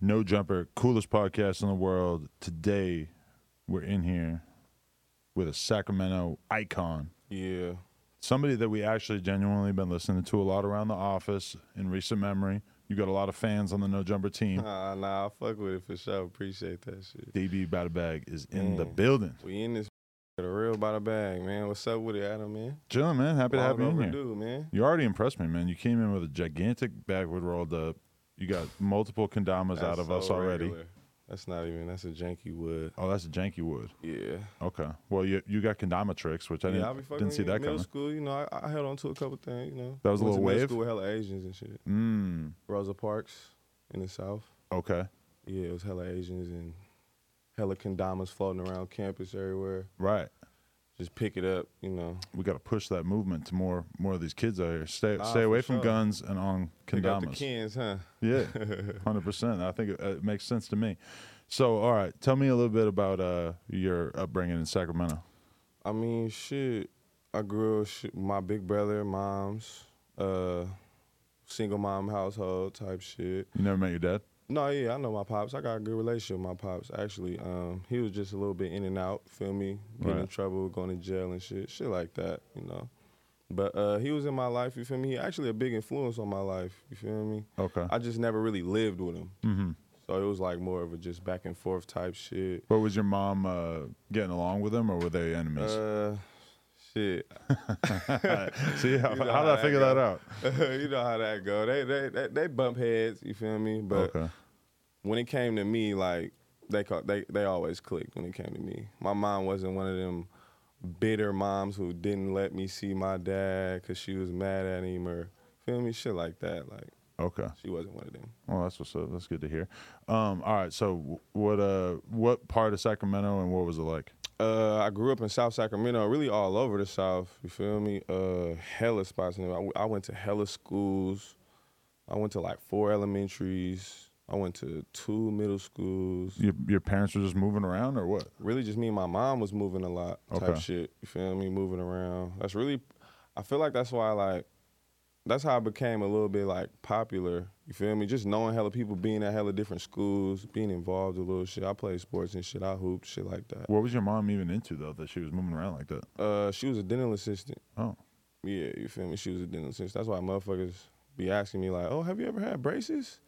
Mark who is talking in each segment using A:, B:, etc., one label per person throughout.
A: No Jumper, coolest podcast in the world. Today, we're in here with a Sacramento icon,
B: Yeah.
A: somebody that we actually genuinely been listening to a lot around the office in recent memory. You got a lot of fans on the No Jumper team.
B: Nah, nah, I fuck with it for sure. Appreciate that shit.
A: DB Bada Bag is in the
B: Mm.
A: building.
B: We in this the real by the bag, man. What's up with it, Adam, man?
A: Chilling, man. Happy to
B: Long
A: have you in here.
B: overdue, man.
A: You already impressed me, man. You came in with a gigantic backward rolled up. You got multiple kendamas out
B: That's
A: of
B: so
A: us already.
B: regular. That's not even. That's a janky wood.
A: Oh, that's a janky wood.
B: Yeah.
A: Okay. Well, you you got kendama tricks, which I
B: yeah, I
A: didn't,
B: be fucking
A: didn't see
B: in
A: that
B: middle
A: coming.
B: school. You know, I, I held on to a couple things. You know,
A: That was a
B: Went to
A: little
B: middle
A: wave?
B: School with hella Asians and shit.
A: Mm.
B: Rosa Parks in the South.
A: Okay.
B: Yeah, it was hella Asians and hella kendamas floating around campus everywhere.
A: Right.
B: Just pick it up, you know.
A: We got to push that movement to more more of these kids out here. Stay
B: Ah,
A: stay
B: for
A: away from
B: sure.
A: guns and on
B: Pick up the
A: kendamas.
B: kins, huh?
A: yeah, hundred percent. I think it, it makes sense to me. So, all right, tell me a little bit about uh, your upbringing in Sacramento.
B: I mean, shit. I grew up sh- my big brother, mom's, uh, single mom household type shit.
A: You never met your dad.
B: No, yeah, I know my pops. I got a good relationship with my pops. Actually, um, he was just a little bit in and out. Feel me? Getting in
A: Right.
B: trouble, going to jail and shit, shit like that. You know. But uh, he was in my life. You feel me? He actually a big influence on my life. You feel me?
A: Okay.
B: I just never really lived with him,
A: mm-hmm.
B: so it was like more of a just back and forth type shit.
A: But was your mom uh, getting along with them, or were they enemies?
B: Uh, shit.
A: See, how, how
B: you know
A: did
B: how
A: I figure
B: that
A: that out?
B: you know how that go. They, they they they bump heads. You feel me? But
A: okay.
B: when it came to me, like they call, they they always clicked when it came to me. My mom wasn't one of them bitter moms who didn't let me see my dad because she was mad at him or feel me shit like that. Like
A: Okay.
B: she wasn't one of them.
A: Well, that's what's up. That's good to hear. Um, all right. So, w- what uh, what part of Sacramento and what was it like?
B: Uh, I grew up in South Sacramento, really all over the South. You feel me? Uh, hella spots. in there. I, w- I went to hella schools. I went to like four elementaries. I went to two middle schools.
A: Your, your parents were just moving around, or what?
B: really just me and my mom was moving a lot type
A: Okay.
B: shit. You feel me? Moving around. That's really I feel like that's why like that's how I became a little bit like popular. You feel me? Just knowing hella people, being at hella different schools, being involved a little shit. I played sports and shit. I hooped, shit like that.
A: What was your mom even into though that she was moving around like that?
B: Uh, she was a dental assistant.
A: Oh,
B: Yeah, you feel me? She was a dental assistant. That's why motherfuckers be asking me like, "Oh, have you ever had braces?"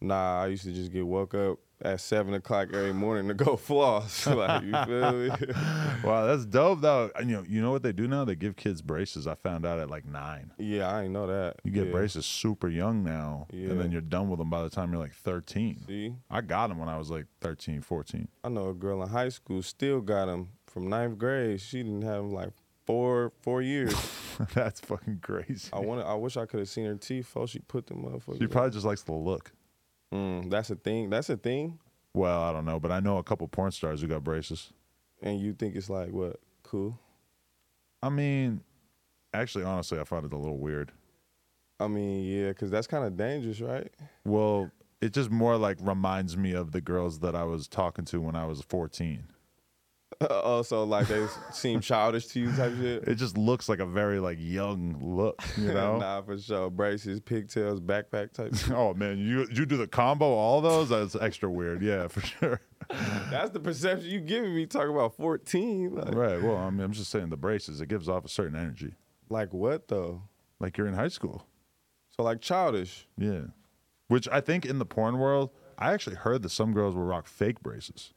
B: Nah, I used to just get woke up at seven o'clock every morning to go floss. like, you feel me?
A: wow, that's dope though. And you know, you know what they do now? They give kids braces. I found out at like nine.
B: Yeah, I ain't know that.
A: You get
B: yeah.
A: braces super young now,
B: Yeah.
A: and then you're done with them by the time you're like 13.
B: See,
A: I got them when I was like 13, 14.
B: I know a girl in high school still got them from ninth grade. She didn't have 'em, like four four years.
A: that's fucking crazy.
B: I wanted. I wish I could have seen her teeth before she put them motherfuckers.
A: She probably just likes the look.
B: Mm, that's a thing. That's a thing.
A: Well, I don't know, but I know a couple porn stars who got braces.
B: And you think it's like what? Cool.
A: I mean, actually, honestly, I find it a little weird.
B: I mean, yeah, because that's kind of dangerous, right?
A: Well, it just more like reminds me of the girls that I was talking to when I was 14.
B: also, Oh, like they seem childish to you, type shit.
A: It just looks like a very like young look, you know?
B: nah, for sure. Braces, pigtails, backpack type. shit.
A: Oh man, you you do the combo all those? That's extra weird. Yeah, for sure.
B: that's the perception you giving me. Talking about fourteen. Like,
A: Right. Well, I mean, I'm just saying the braces, it gives off a certain energy.
B: like what though?
A: Like you're in high school.
B: So like childish.
A: Yeah. Which I think in the porn world, I actually heard that some girls will rock fake braces.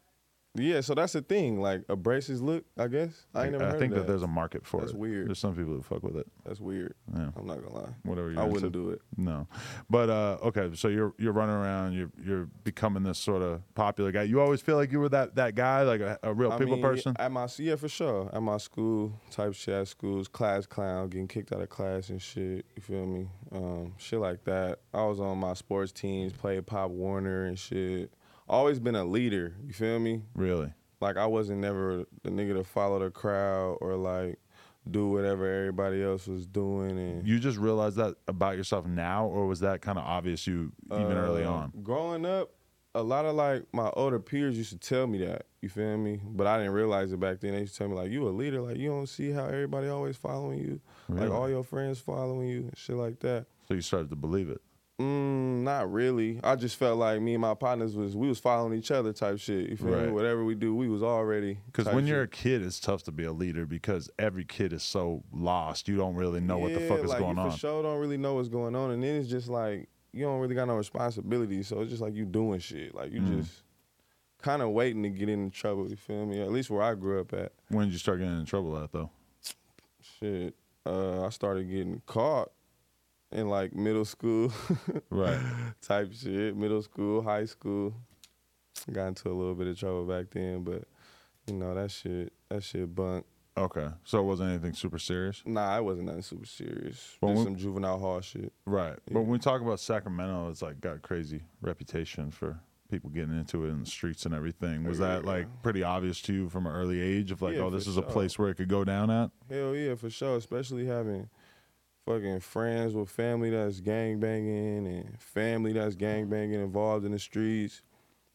B: Yeah, so that's the thing. Like a braces look, I guess. I ain't never heard
A: think
B: of
A: that. there's a market for
B: That's
A: it.
B: weird.
A: There's some people who fuck with it.
B: That's weird.
A: Yeah.
B: I'm not gonna lie.
A: Whatever. You're
B: I wouldn't
A: into.
B: do it.
A: No, but uh, okay. So you're you're running around. You're you're becoming this sort of popular guy. You always feel like you were that that guy, like a, a real
B: I
A: people
B: mean,
A: person.
B: At my yeah, for sure. At my school, type shit at schools, class clown, getting kicked out of class and shit. You feel me? Um, shit like that. I was on my sports teams, played Pop Warner and shit. Always been a leader. You feel me?
A: really?
B: Like I wasn't never the nigga to follow the crowd or like do whatever everybody else was doing and
A: You just realized that about yourself now, or was that kind of obvious you even early
B: Uh,
A: on?
B: Growing up, a lot of like my older peers used to tell me that. You feel me? But I didn't realize it back then. They used to tell me like, "You a leader? Like you don't see how everybody always following you,
A: Really?
B: like all your friends following you and shit like that."
A: So you started to believe it.
B: Mm, not really. I just felt like me and my partners was we was following each other type shit. You feel me?
A: Right.
B: Whatever we do, we was already.
A: Because
B: type
A: when you're a
B: shit.
A: kid, it's tough to be a leader because every kid is so lost. You don't really know what the
B: Yeah,
A: fuck is
B: like,
A: going
B: you
A: on.
B: For sure, don't really know what's going on, and then it's just like you don't really got no responsibility. So it's just like you doing shit, like you
A: Mm.
B: just kind of waiting to get into trouble. You feel me? At least where I grew up at.
A: When did you start getting in trouble at though?
B: Shit, uh, I started getting caught in like middle school.
A: Right.
B: type shit. Middle school, high school. Got into a little bit of trouble back then, but you know that shit. That shit bunk.
A: Okay. So it wasn't anything super serious.
B: Nah, it wasn't nothing super serious.
A: Well,
B: Just
A: we-
B: some juvenile hall shit.
A: Right. But when we talk about Sacramento, it's like got a crazy reputation for people getting into it in the streets and everything. Was that
B: Yeah.
A: like pretty obvious to you from an early age of like,
B: Yeah,
A: oh, this
B: for
A: is a
B: sure.
A: place where it could go down at?
B: Hell yeah, for sure. Especially having fucking friends with family that's gang banging and family that's gang banging involved in the streets,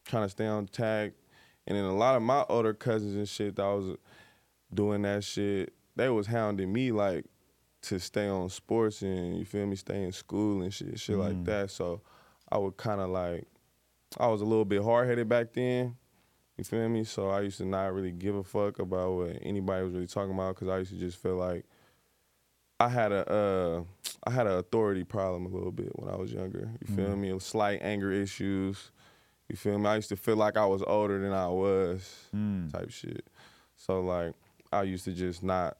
B: trying to stay on tack. And then a lot of my older cousins and shit that was doing that shit, they was hounding me like to stay on sports and you feel me, stay in school and shit, shit like
A: Mm.
B: that. So I would kind of like, I was a little bit hard headed back then. You feel me? So I used to not really give a fuck about what anybody was really talking about because I used to just feel like I had a uh, I had an authority problem a little bit when I was younger. You feel
A: Mhm.
B: me? Slight anger issues. You feel me? I used to feel like I was older than I was
A: Mm.
B: type shit. So like I used to just not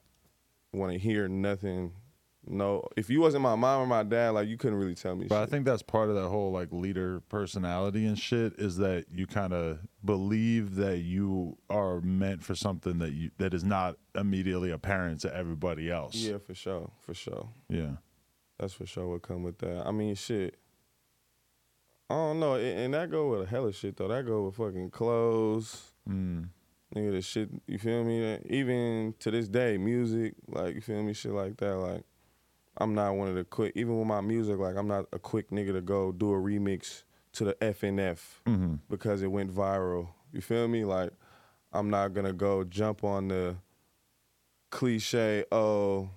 B: want to hear nothing. No, if you wasn't my mom or my dad, like you couldn't really tell me.
A: But I
B: shit.
A: think that's part of that whole like leader personality and shit is that you kind of believe that you are meant for something that you that is not immediately apparent to everybody else.
B: yeah, for sure, for sure.
A: Yeah.
B: That's for sure what come with that. I mean, shit. I don't know, a- and that go with a hell of shit though. That go with fucking clothes,
A: Mm.
B: nigga. The shit, you feel me? That- Even to this day, music, like you feel me, shit like that. Like, I'm not one of the quick. Even with my music, like I'm not a quick nigga to go do a remix to the FNF
A: hmm
B: because it went viral. You feel me? Like, I'm not gonna go jump on the cliche. Oh,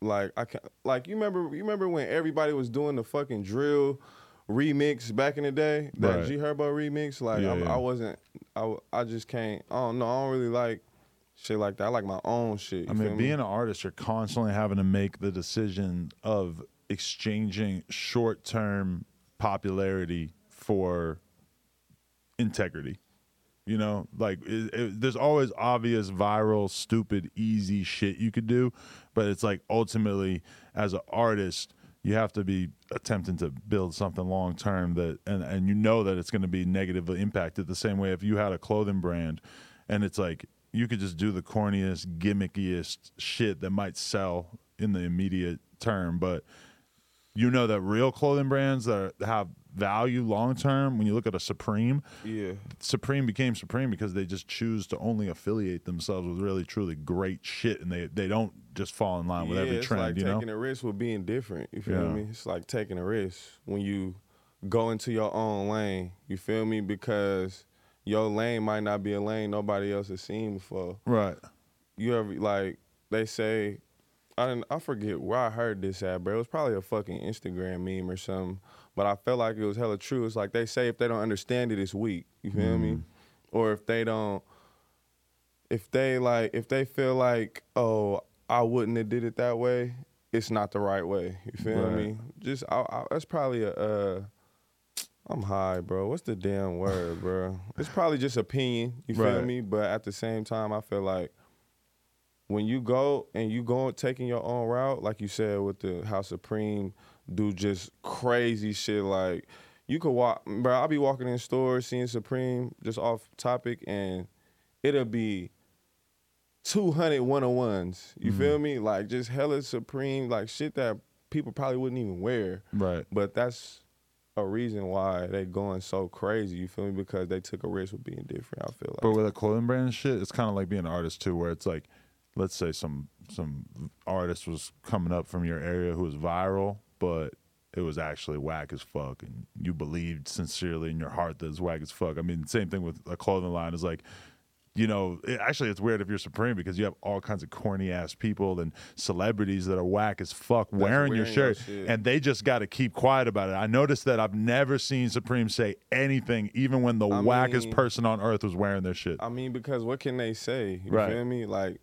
B: like I can like you remember you remember when everybody was doing the fucking drill remix back in the day that
A: Right.
B: G Herbo remix. Like
A: Yeah,
B: I'm,
A: yeah.
B: I wasn't. I w- I just can't. I don't know. I don't really like shit like that. I like my own shit. you
A: I
B: feel
A: mean,
B: me?
A: being an artist, you're constantly having to make the decision of exchanging short term popularity for integrity. You know, like it, it, there's always obvious, viral, stupid, easy shit you could do, but it's like ultimately, as an artist, you have to be attempting to build something long term that, and, and you know that it's going to be negatively impacted. The same way if you had a clothing brand, and it's like you could just do the corniest, gimmickiest shit that might sell in the immediate term, but you know that real clothing brands that have value long term. When you look at a Supreme,
B: yeah.
A: Supreme became Supreme because they just choose to only affiliate themselves with really truly great shit, and they they don't just fall in line with
B: yeah,
A: every
B: it's
A: trend.
B: like
A: you know,
B: taking a risk with being different. You feel
A: Yeah.
B: me? It's like taking a risk when you go into your own lane. You feel me? Because your lane might not be a lane nobody else has seen before.
A: right?
B: You ever like they say, I didn't, I forget where I heard this at, but it was probably a fucking Instagram meme or something. But I felt like it was hella true. It's like they say if they don't understand it, it's weak. You feel me? Or if they don't if they like if they feel like oh i wouldn't have did it that way it's not the right way you feel
A: Right.
B: me just I, I, that's probably a uh i'm high bro what's the damn word bro it's probably just opinion you feel
A: Right.
B: me but at the same time i feel like when you go and you go taking your own route like you said with the how supreme do just crazy shit like you could walk bro i'll be walking in stores seeing supreme just off topic and it'll be 200 101s. You feel me? Like just hella supreme, like shit that people probably wouldn't even wear.
A: Right.
B: But that's a reason why they going so crazy. You feel me? Because they took a risk with being different. I feel like.
A: But with a clothing brand and shit, it's kind of like being an artist too, where it's like, let's say some some artist was coming up from your area who was viral, but it was actually whack as fuck, and you believed sincerely in your heart that it's whack as fuck. I mean, same thing with a clothing line is like. you know, it, actually, it's weird if you're Supreme because you have all kinds of corny ass people and celebrities that are whack as fuck wearing, your
B: wearing your
A: shirt,
B: shit.
A: and they just got to keep quiet about it. I noticed that I've never seen Supreme say anything, even when the
B: I
A: wackest
B: mean-
A: person on earth was wearing their shit.
B: I mean, because what can they say? You
A: Right.
B: feel me? Like,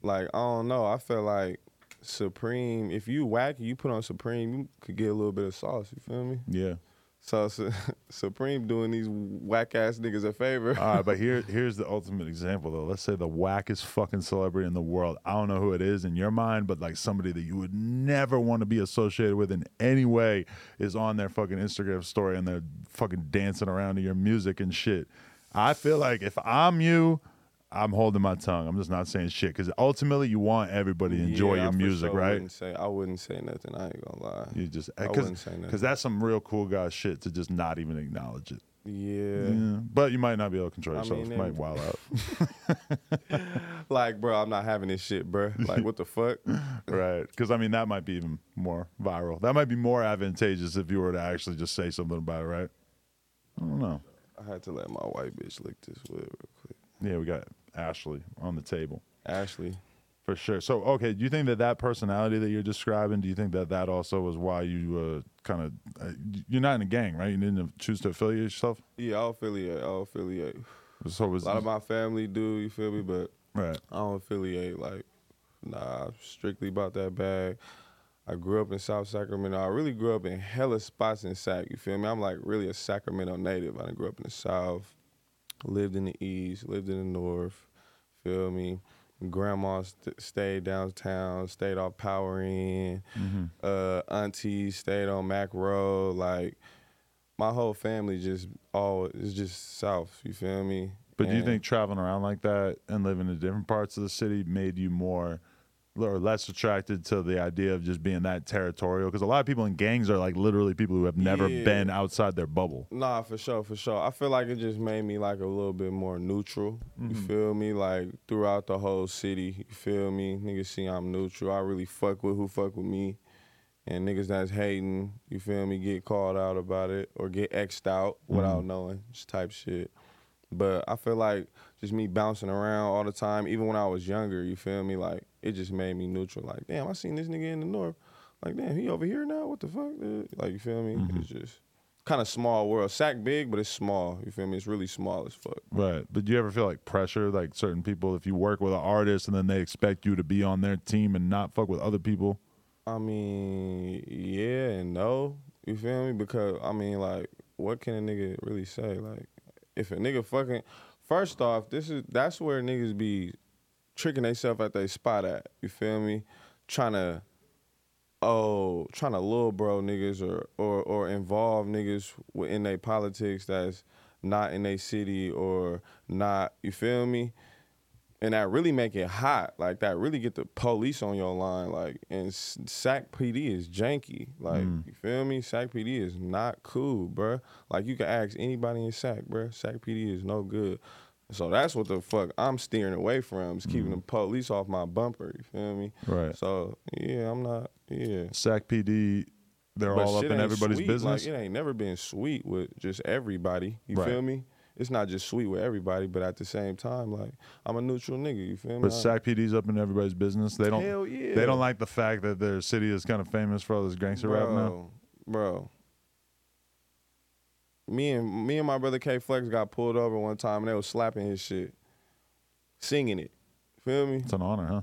B: like I don't know. I feel like Supreme. If you whack, you put on Supreme, you could get a little bit of sauce. You feel me?
A: yeah.
B: So Su- Supreme doing these whack ass niggas a favor.
A: All right, but here here's the ultimate example though. Let's say the wackest fucking celebrity in the world. I don't know who it is in your mind, but like somebody that you would never want to be associated with in any way is on their fucking Instagram story and they're fucking dancing around to your music and shit. I feel like if I'm you, I'm holding my tongue. I'm just not saying shit because ultimately you want everybody to enjoy
B: Yeah, I
A: your
B: for
A: music,
B: sure
A: right?
B: Wouldn't say, I wouldn't say nothing. I ain't gonna lie.
A: You just
B: I wouldn't say nothing.
A: because that's some real cool guy shit to just not even acknowledge it.
B: Yeah.
A: Yeah. But you might not be able to control
B: I
A: yourself.
B: mean,
A: you might
B: they-
A: wild out.
B: Like, bro, I'm not having this shit, bro. Like, what the fuck?
A: Right. Because, I mean, that might be even more viral. That might be more advantageous if you were to actually just say something about it, right? I don't know.
B: I had to let my white bitch lick this wood real quick.
A: Yeah, we got Ashley on the table
B: Ashley.
A: for sure. So, okay, do you think that that personality that you're describing, do you think that that also was why you uh, kind of, uh, you're not in a gang, right? You didn't choose to affiliate yourself?
B: Yeah, I'll affiliate. I'll affiliate.
A: So, was
B: A lot of my family do, you feel me? But
A: right.
B: I don't affiliate. Like, nah, I'm strictly about that bag. I grew up in South Sacramento. I really grew up in hella spots in Sac. You feel me? I'm like really a Sacramento native. I done grew up in the South, lived in the East, lived in the North. Feel me? Grandma st- stayed downtown, stayed off Power Inn.
A: Mm-hmm.
B: Uh, aunties stayed on Mac Road. Like my whole family just all is just South. You feel me?
A: But do you
B: And-
A: think traveling around like that and living in different parts of the city made you more or less attracted to the idea of just being that territorial? Because a lot of people in gangs are like literally people who have never
B: Yeah.
A: been outside their bubble.
B: Nah, for sure, for sure. I feel like it just made me like a little bit more neutral. You feel me? Like throughout the whole city, you feel me? Niggas see I'm neutral. I really fuck with who fuck with me. And niggas that's hating, you feel me, get called out about it or get X'd out without knowing, just type shit. But I feel like just me bouncing around all the time, even when I was younger, you feel me? Like it just made me neutral. Like, damn, I seen this nigga in the north. Like, damn, he over here now? What the fuck? dude? Like, you feel me? It's just kind of small world. Sack big, but it's small. You feel me? It's really small as fuck.
A: Right. But do you ever feel like pressure, like certain people, if you work with an artist and then they expect you to be on their team and not fuck with other people?
B: I mean, yeah and no. You feel me? Because I mean, like, what can a nigga really say? Like, if a nigga fucking, first off, this is that's where niggas be tricking themselves at they spot at. You feel me? Trying to, oh, trying to little bro niggas or or or involve niggas in their politics that's not in their city or not. You feel me? and that really make it hot. Like that really get the police on your line. Like and S- SAC PD is janky. Like you feel me? SAC PD is not cool, bruh. Like you can ask anybody in SAC, bruh. SAC PD is no good. So that's what the fuck I'm steering away from. Is keeping the police off my bumper. You feel me?
A: Right.
B: So yeah, I'm not. Yeah.
A: SAC PD, they're
B: But
A: all up
B: shit
A: in
B: ain't
A: everybody's
B: sweet.
A: business.
B: Like, it ain't never been sweet with just everybody. You
A: Right.
B: feel me? It's not just sweet with everybody, but at the same time, like I'm a neutral nigga. You feel me?
A: But
B: I-
A: SAC PD's up in everybody's business. They don't.
B: Hell yeah.
A: They don't like the fact that their city is kind of famous for all this gangster rap now.
B: Bro. Me and me and my brother K Flex got pulled over one time and they was slapping his shit. Singing it. Feel me?
A: It's an honor, huh?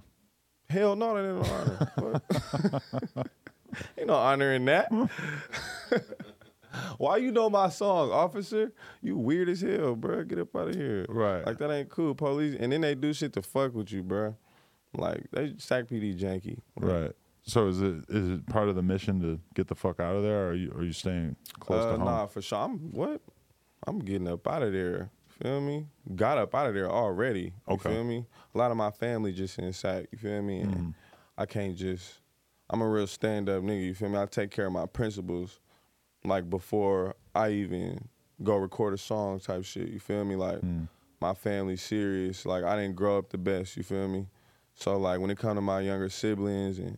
B: Hell no, that ain't no honor. Fuck. ain't no honor in that. Why you know my song, officer? You weird as hell, bruh. Get up out of here.
A: Right.
B: Like that ain't cool, police. And then they do shit to fuck with you, bruh. Like they sack PD janky.
A: Right. So is it is it part of the mission to get the fuck out of there, or are you are you staying close
B: uh,
A: to home?
B: Nah, for sure. I'm what? I'm getting up out of there. Feel me? Got up out of there already.
A: Okay. Mm-hmm.
B: You feel me? A lot of my family just in sack. You feel me? And I can't just. I'm a real stand up nigga. You feel me? I take care of my principles, like before I even go record a song type shit. You feel me? Like
A: Hmm.
B: my family's serious. Like I didn't grow up the best. You feel me? So like when it come to my younger siblings and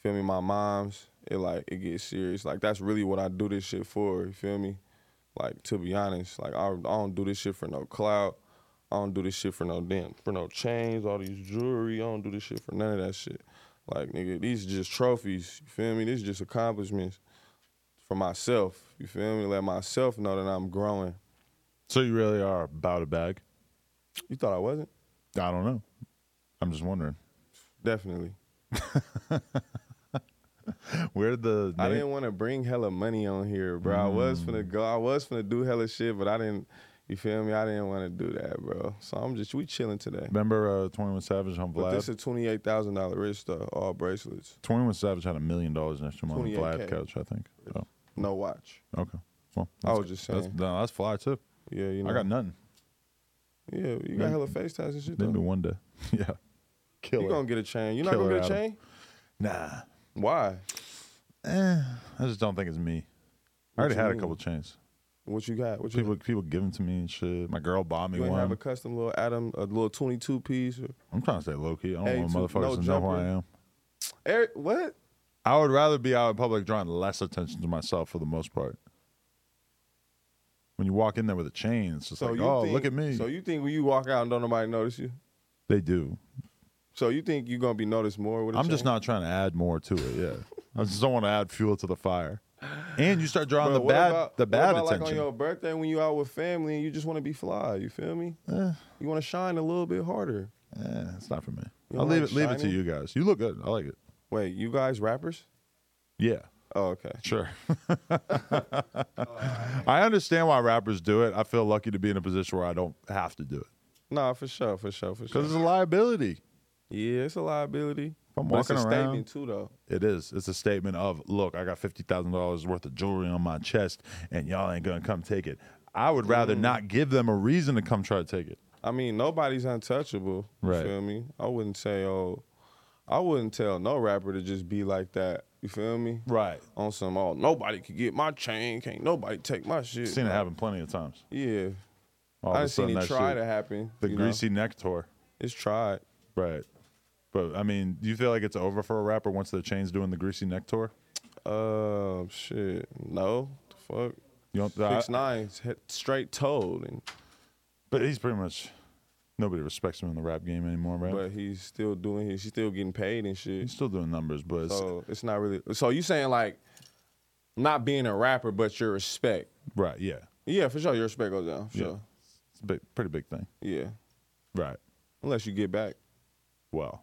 B: feel me, my moms, it like it gets serious. Like that's really what I do this shit for. You feel me? Like to be honest, like I, I don't do this shit for no clout. I don't do this shit for no damn for no chains, all these jewelry. I don't do this shit for none of that shit. Like nigga, these just trophies. You feel me? These just accomplishments for myself. You feel me? Let myself know that I'm growing.
A: So you really are about a bag?
B: You thought I wasn't?
A: I don't know. I'm just wondering.
B: Definitely.
A: Where the
B: I
A: name-
B: didn't want to bring hella money on here, bro. I was finna
A: Mm.
B: go. I was finna do hella shit, but I didn't. You feel me? I didn't want to do that, bro. So I'm just we chilling today.
A: remember uh, 21 Savage on
B: But
A: Vlad?
B: this is twenty eight thousand dollar wrist though, all bracelets,
A: 21 Savage had a million dollars next to him on the
B: 28K.
A: Vlad couch, I think. So
B: no watch.
A: okay. Well,
B: I
A: that's-
B: was just
A: that's,
B: saying.
A: no, that's fly too.
B: Yeah, you know.
A: I got nothing.
B: yeah, you got hella FaceTimes and shit
A: Maybe
B: though.
A: one day. yeah.
B: You gonna get a chain? You not
A: Killer
B: gonna get a
A: Adam.
B: chain?
A: Nah.
B: Why?
A: Eh, I just don't think it's me. I
B: What
A: already
B: you
A: had a
B: mean?
A: couple chains.
B: What you got? What you?
A: People people give them to me and shit. My girl bought me
B: you ain't have
A: one.
B: a custom little Adam, a little twenty two piece. Or,
A: I'm trying to stay low key. I don't
B: Hey,
A: want
B: two-
A: motherfuckers
B: no
A: to know who
B: jumper.
A: I am.
B: Eric, what?
A: I would rather be out in public drawing less attention to myself for the most part. When you walk in there with a chain, it's just like,
B: you
A: oh,
B: think,
A: look at me.
B: So you think when you walk out and don't nobody notice you?
A: they do.
B: So you think you're gonna be noticed more with? i
A: I'm just not trying to add more to it. Yeah, I just don't want to add fuel to the fire. And you start drawing the
B: what
A: bad,
B: about-
A: the
B: what
A: bad
B: about, Like on
A: attention.
B: your birthday when you out with family and you just want to be fly. You feel me?
A: Eh,
B: You want to shine a little bit harder.
A: eh, it's not for me.
B: You
A: I'll
B: don't
A: leave
B: like
A: it, leave it to
B: shiny?
A: you guys. You look good. I like it.
B: Wait, you guys rappers?
A: Yeah.
B: Oh, okay.
A: Sure. I understand why rappers do it. I feel lucky to be in a position where I don't have to do it
B: Nah, for sure, for sure, for
A: because
B: sure.
A: it's a liability.
B: yeah, it's a liability.
A: I'm
B: But it's a
A: walking around-
B: statement too, though.
A: It is. It's a statement of, look, I got fifty thousand dollars worth of jewelry on my chest, and y'all ain't gonna come take it. I would rather
B: Mm.
A: not give them a reason to come try to take it.
B: I mean, nobody's untouchable.
A: Right.
B: You feel me? I wouldn't say, oh, I wouldn't tell no rapper to just be like that. You feel me?
A: Right.
B: On some, oh, nobody could get my chain. Can't nobody take my shit.
A: Seen it happen plenty of times.
B: Yeah.
A: All of a
B: I done seen
A: sudden,
B: it
A: that
B: try
A: shit-
B: to happen.
A: the
B: you know?
A: greasy neck tour.
B: It's tried.
A: Right. But I mean, do you feel like it's over for a rapper once the chain's doing the greasy neck tour?
B: Uh, shit. No. The fuck.
A: You don't, I-
B: Six nine, straight told, and
A: But he's pretty much nobody respects him in the rap game anymore, right?
B: but he's still doing his. He's still getting paid and
A: he's
B: shit.
A: still doing numbers, but it's,
B: So it's not really. So you saying like, not being a rapper, but your respect.
A: right, yeah,
B: Yeah, for sure, your respect goes down. For
A: Yeah.
B: sure.
A: it's a big, pretty big thing,
B: Yeah.
A: right?
B: Unless you get back.
A: Well,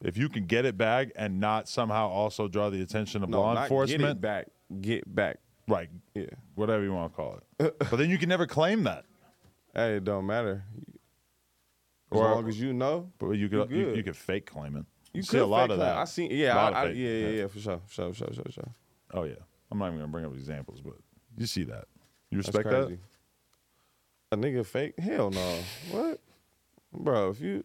A: if you can get it back and not somehow also draw the attention of
B: No,
A: law
B: not Get it
A: enforcement,
B: back. Get back.
A: right?
B: Yeah.
A: Whatever you want to call it, but then you can never claim that,
B: Hey, it don't matter. As
A: Or-
B: long as you know.
A: but you could
B: You
A: you,
B: good.
A: you could fake claim it.
B: You
A: see
B: could
A: a lot
B: fake
A: of
B: claim.
A: that.
B: I seen. Yeah.
A: Lot of
B: I, I,
A: fake,
B: yeah.
A: yeah.
B: Yeah. Yeah. For sure. For sure. For sure. For sure.
A: Oh yeah, I'm not even gonna bring up examples, but you see that. You
B: That's
A: respect that?
B: crazy. A nigga fake? Hell no. what? Bro, if you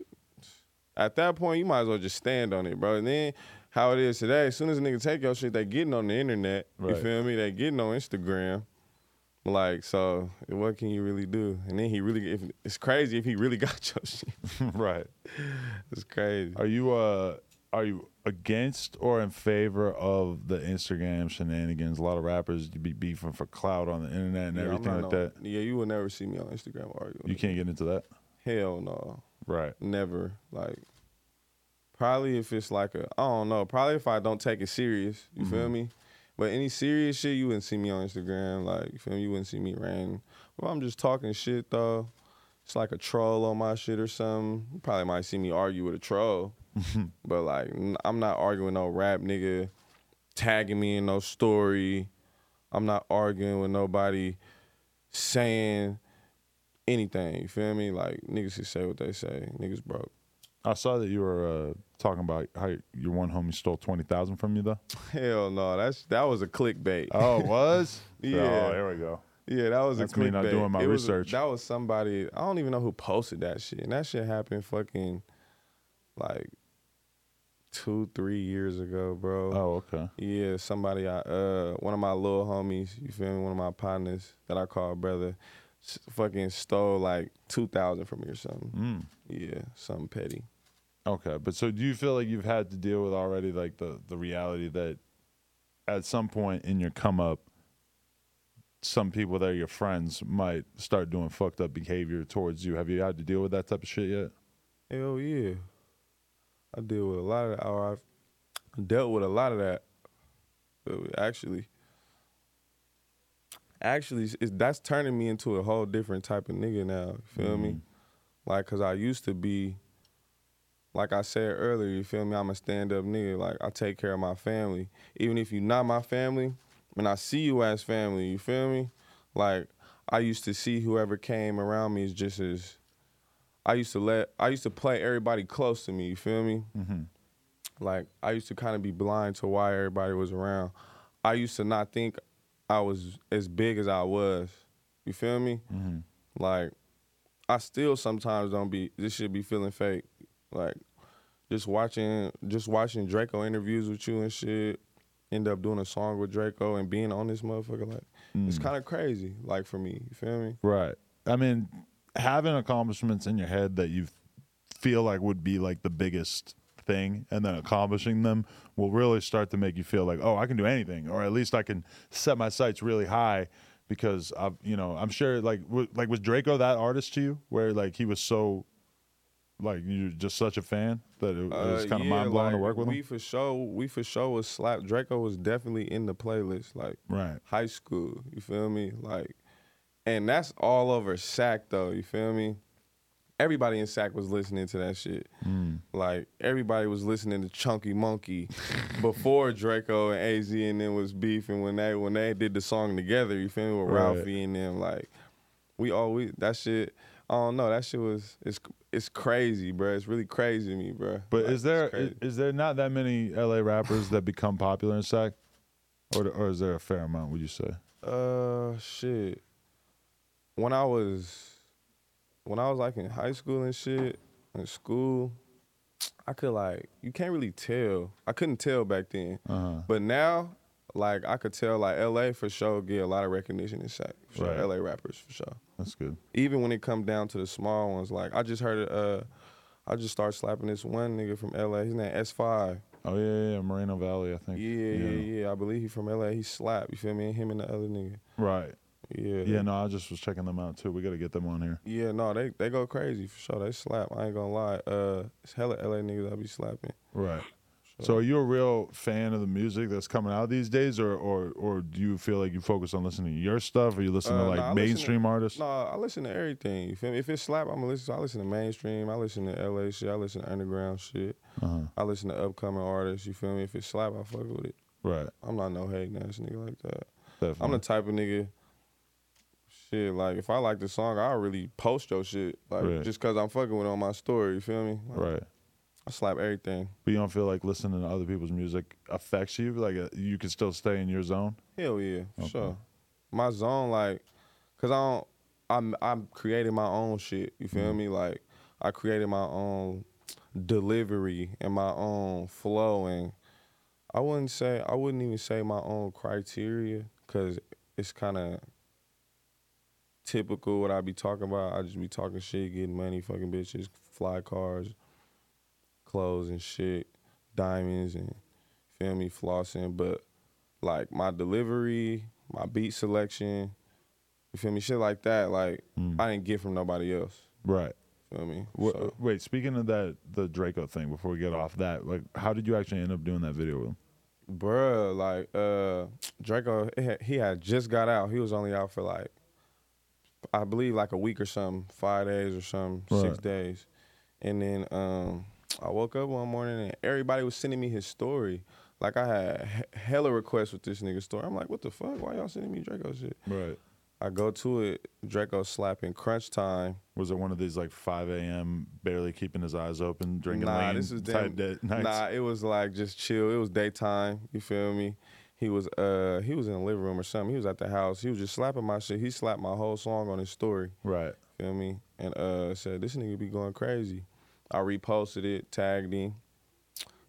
B: at that point you might as well just stand on it, bro. And then how it is today, as soon as a nigga take your shit, they getting on the internet.
A: Right.
B: You feel me? They getting on Instagram. Like, so what can you really do? And then he really if it's crazy if he really got your shit.
A: right.
B: It's crazy.
A: Are you uh are you against or in favor of the Instagram shenanigans? A lot of rappers be beefing for clout on the internet and
B: Yeah, I'm
A: everything like
B: not on-
A: that.
B: Yeah, you will never see me on Instagram arguing.
A: You can't get into that.
B: Hell no.
A: Right.
B: Never. Like probably if it's like a I don't know, probably if I don't take it serious. You feel me? But any serious shit you wouldn't see me on Instagram, like you feel me, you wouldn't see me ranting. Well, I'm just talking shit though. It's like a troll on my shit or something. You probably might see me argue with a troll. but like n- I'm not arguing no rap nigga tagging me in no story. I'm not arguing with nobody saying anything. You feel me? Like niggas can say what they say. Niggas broke.
A: I saw that you were uh, talking about how your one homie stole twenty thousand from you though.
B: Hell no, that's that was a clickbait.
A: Oh, it was?
B: Yeah.
A: Oh, here we go.
B: yeah, that was
A: that's
B: a clickbait.
A: me not doing my
B: It was a-
A: research.
B: that was somebody I don't even know who posted that shit. And that shit happened fucking like two, three years ago, bro.
A: Oh, okay.
B: Yeah, somebody I uh one of my little homies, you feel me, one of my partners that I call brother, s- fucking stole like two thousand from me or something.
A: Mm.
B: Yeah, something petty.
A: Okay, but so do you feel like you've had to deal with already like the the reality that at some point in your come up some people that are your friends might start doing fucked up behavior towards you. Have you had to deal with that type of shit yet?
B: Hell yeah. I deal with a lot of that, or I've dealt with a lot of that. But Actually, actually, it's- it's, that's turning me into a whole different type of nigga now. You feel me? Like, cause I used to be, like I said earlier. You feel me? I'm a stand up nigga. Like I take care of my family, even if you're not my family. And I see you as family. You feel me? Like I used to see whoever came around me is just as. I used to let I used to play everybody close to me. You feel me? like I used to kind of be blind to why everybody was around. I used to not think I was as big as I was. You feel me?
A: Mm-hmm.
B: Like I still sometimes don't be. This should be feeling fake. Like just watching, just watching Draco interviews with you and shit. End up doing a song with Draco and being on this motherfucker. Like
A: Mm.
B: it's kind of crazy. Like for me, you feel me?
A: Right. I mean, having accomplishments in your head that you feel like would be like the biggest thing and then accomplishing them will really start to make you feel like, oh, I can do anything, or at least I can set my sights really high because I've, you know, I'm sure like, w- like was Draco that artist to you where like he was so, like you're just such a fan that it, it was
B: Uh,
A: kind of
B: yeah,
A: mind blowing to
B: like,
A: work with
B: We
A: him.
B: for sure, we for sure was slap. Draco was definitely in the playlist. Like
A: Right.
B: high school. You feel me? Like, and that's all over SAC though. You feel me? Everybody in SAC was listening to that shit.
A: Mm.
B: Like everybody was listening to Chunky Monkey before Draco and AZ and then was beefing when they when they did the song together. You feel me with
A: Right.
B: Ralphie and them like we always that shit. I don't know. That shit was it's it's crazy, bro. It's really crazy to me, bro.
A: But
B: Like,
A: is there
B: it's crazy.
A: is, there not that many LA rappers that become popular in SAC, or or is there a fair amount? Would you say?
B: Uh, shit. When I was, when I was like in high school and shit, in school, I could like you can't really tell. I couldn't tell back then,
A: Uh-huh.
B: but now, like I could tell. Like L.A. for sure get a lot of recognition in Sac. For sure.
A: Right.
B: L.A. rappers for sure.
A: That's good.
B: Even when it come down to the small ones, like I just heard. Uh, I just started slapping this one nigga from L.A. His name S Five.
A: Oh yeah, yeah, yeah, Moreno Valley, I think.
B: Yeah, yeah, yeah. I believe he from L.A. He slapped. You feel me? Him and the other nigga.
A: Right.
B: Yeah.
A: Yeah, no, I just was checking them out too. We got to get them on here.
B: Yeah, no, they they go crazy for sure. They slap. I ain't gonna lie. Uh, it's hella LA niggas I be slapping.
A: Right. So, are you a real fan of the music that's coming out these days, or or or do you feel like you focus on listening to your stuff, or you listen
B: Uh,
A: to
B: nah,
A: like
B: I listen to-
A: mainstream artists?
B: No, I listen to everything. You feel me? If it's slap, I'ma listen. I listen to mainstream. I listen to LA shit. I listen to underground shit.
A: Uh-huh.
B: I listen to upcoming artists. You feel me? If it's slap, I fuck with it.
A: Right.
B: I'm not no hating ass nigga like that.
A: Definitely.
B: I'm the type of nigga. Shit, like if I like the song, I'll really post your shit. Like
A: Right.
B: just cause I'm fucking with it on my story. You feel me? Like,
A: right.
B: I slap everything.
A: But you don't feel like listening to other people's music affects you. Like uh, you can still stay in your zone.
B: Hell yeah, for
A: Okay.
B: sure. My zone, like, cause I don't, I'm I'm creating my own shit. You feel me? Like, I created my own delivery and my own flow, and I wouldn't say I wouldn't even say my own criteria, cause it's kind of typical what I be talking about. I just be talking shit, getting money, fucking bitches, fly cars, clothes and shit, diamonds and feel me flossing, but like my delivery, my beat selection, you feel me, shit like that. Like
A: Mm.
B: I didn't get from nobody else.
A: Hmm. Right.
B: Feel me?
A: Wha-
B: So,
A: Wait, speaking of that, the Draco thing. Before we get off that, like, how did you actually end up doing that video with him?
B: bruh, like uh, Draco, it had- he had just got out. He was only out for like, I believe like a week or something, five days or something, six
A: Right.
B: days, and then um, I woke up one morning and everybody was sending me his story. Like I had he- hella requests with this nigga story. I'm like, what the fuck? Why y'all sending me Draco shit?
A: Right.
B: I go to it, Draco slapping crunch time.
A: Was it one of these like 5 a.m. barely keeping his eyes open, drinking
B: nah,
A: lean
B: this is damn,
A: type de- nights?
B: Nah, it was like just chill. It was daytime. You feel me? He was uh he was in the living room or something. He was at the house. He was just slapping my shit. He slapped my whole song on his story.
A: Right.
B: Feel me? And uh said this nigga be going crazy. I reposted it, tagged him,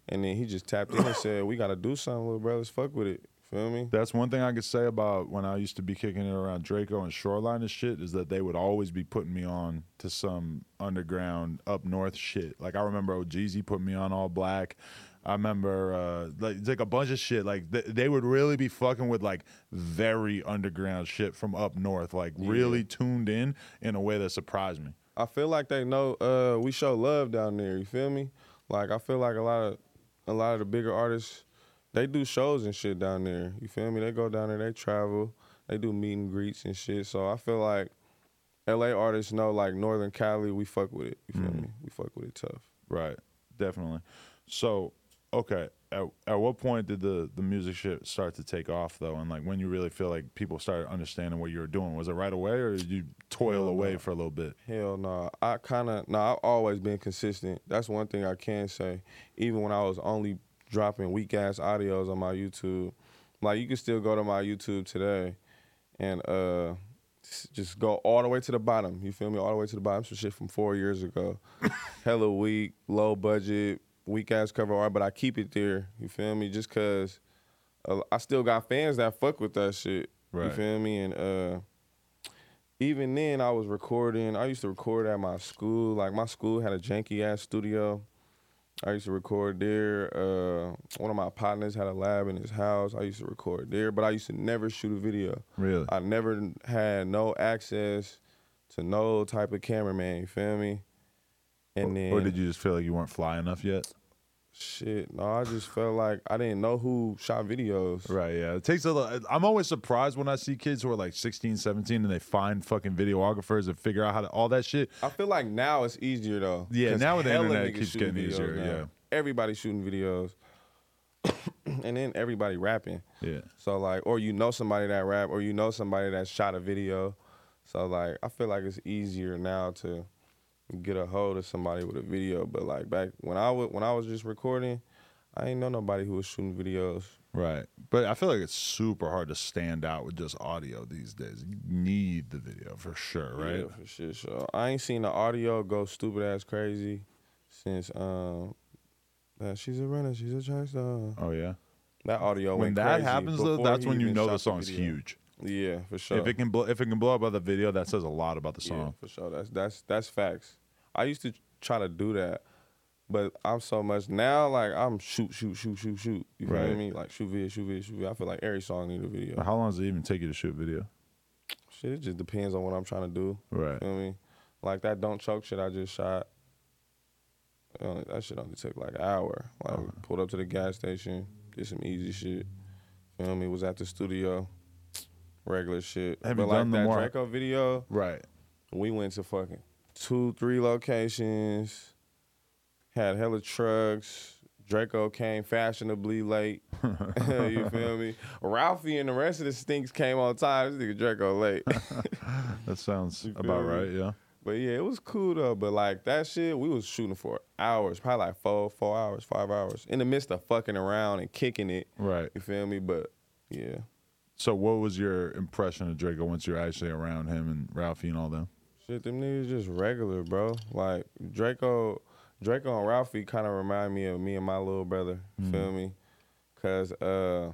B: and then he just tapped in and said, "We gotta do something, little brothers. Fuck with it." Feel me?
A: That's one thing I could say about when I used to be kicking it around Draco and Shoreline and shit is that they would always be putting me on to some underground up north shit. Like I remember OGZ put me on all black. I remember uh, like like a bunch of shit. Like th- they would really be fucking with like very underground shit from up north. Like really tuned in in a way that surprised me.
B: I feel like they know uh, we show love down there. You feel me? Like I feel like a lot of a lot of the bigger artists, they do shows and shit down there. You feel me? They go down there, they travel, they do meet and greets and shit. So I feel like L.A. artists know like Northern Cali, we fuck with it. You feel me? We fuck with it tough.
A: Right, definitely. So okay, at at what point did the the music shit start to take off though? And like when you really feel like people started understanding what you were doing, was it right away or did you toil away for a little bit?
B: Hell no. I kind of no. I've always been consistent. That's one thing I can say. Even when I was only dropping weak ass audios on my YouTube, like you can still go to my YouTube today, and uh, s- just go all the way to the bottom. You feel me? All the way to the bottom. Some shit from four years ago. Hella weak, low budget, weak ass cover art, but I keep it there. You feel me? Just cause uh, I still got fans that fuck with that shit. You
A: Right.
B: feel me? And uh even then I was recording. I used to record at my school. Like my school had a janky ass studio. I used to record there. Uh, one of my partners had a lab in his house. I used to record there, but I used to never shoot a video.
A: Really?
B: I never had no access to no type of cameraman. You feel me? And then
A: or did you just feel like you weren't fly enough yet?
B: shit. No, I just felt like I didn't know who shot videos.
A: Right, yeah. It takes a little. I'm always surprised when I see kids who are like 16, 17 and they find fucking videographers and figure out how to all that shit.
B: I feel like now it's easier though.
A: Yeah,
B: 'cause
A: now with the
B: hella
A: internet, it
B: niggas
A: keeps
B: shooting
A: getting
B: videos
A: easier,
B: now.
A: yeah.
B: everybody shooting videos, and then everybody rapping.
A: Yeah.
B: So like, or you know somebody that rap, or you know somebody that shot a video. So like, I feel like it's easier now to get a hold of somebody with a video. But like back when I was when I was just recording, I ain't know nobody who was shooting videos.
A: Right. But I feel like it's super hard to stand out with just audio these days. You need the video for sure, right?
B: Yeah, for shit. So I ain't seen the audio go stupid ass crazy since um. that she's a runner. She's a track star.
A: Oh, yeah.
B: That audio
A: When
B: went
A: that
B: crazy
A: happens, though,
B: before
A: that's
B: he
A: when you
B: even
A: know
B: shot
A: the song's
B: video.
A: huge.
B: Yeah, for sure.
A: If it can blow, if it can blow up by the video, that says a lot about the
B: Yeah,
A: song.
B: for sure. That's that's that's facts. I used to try to do that, but I'm so much now. Like I'm shoot, shoot, shoot, shoot, shoot. You feel what I
A: Right. Uh-huh.
B: mean? Like shoot video, shoot video, shoot video. I feel like every song need a video.
A: How long does it even take you to shoot video?
B: Shit, it just depends on what I'm trying to do.
A: Right.
B: You know what I mean? Like that don't choke shit I just shot. it only- that shit only took like an hour. Like
A: Uh-huh.
B: pulled up to the gas station, did some easy shit. Feel me? Was at the studio, regular shit.
A: Have
B: but
A: you
B: like
A: done the
B: that
A: more-
B: Draco video,
A: Right.
B: we went to fucking two, three locations, had hella trucks. Draco came fashionably late. you feel me? Ralphie and the rest of the stinks came on time. This nigga Draco late.
A: That sounds
B: You feel
A: about
B: me?
A: right, yeah.
B: But yeah, it was cool though. But like that shit, we was shooting for hours, probably like four, four hours, five hours, in the midst of fucking around and kicking it.
A: Right.
B: You feel me? But yeah,
A: So, what was your impression of Draco once you're actually around him and Ralphie and all them?
B: shit, them niggas just regular, bro. Like Draco, Draco and Ralphie kind of remind me of me and my little brother. You Feel me? Cause uh,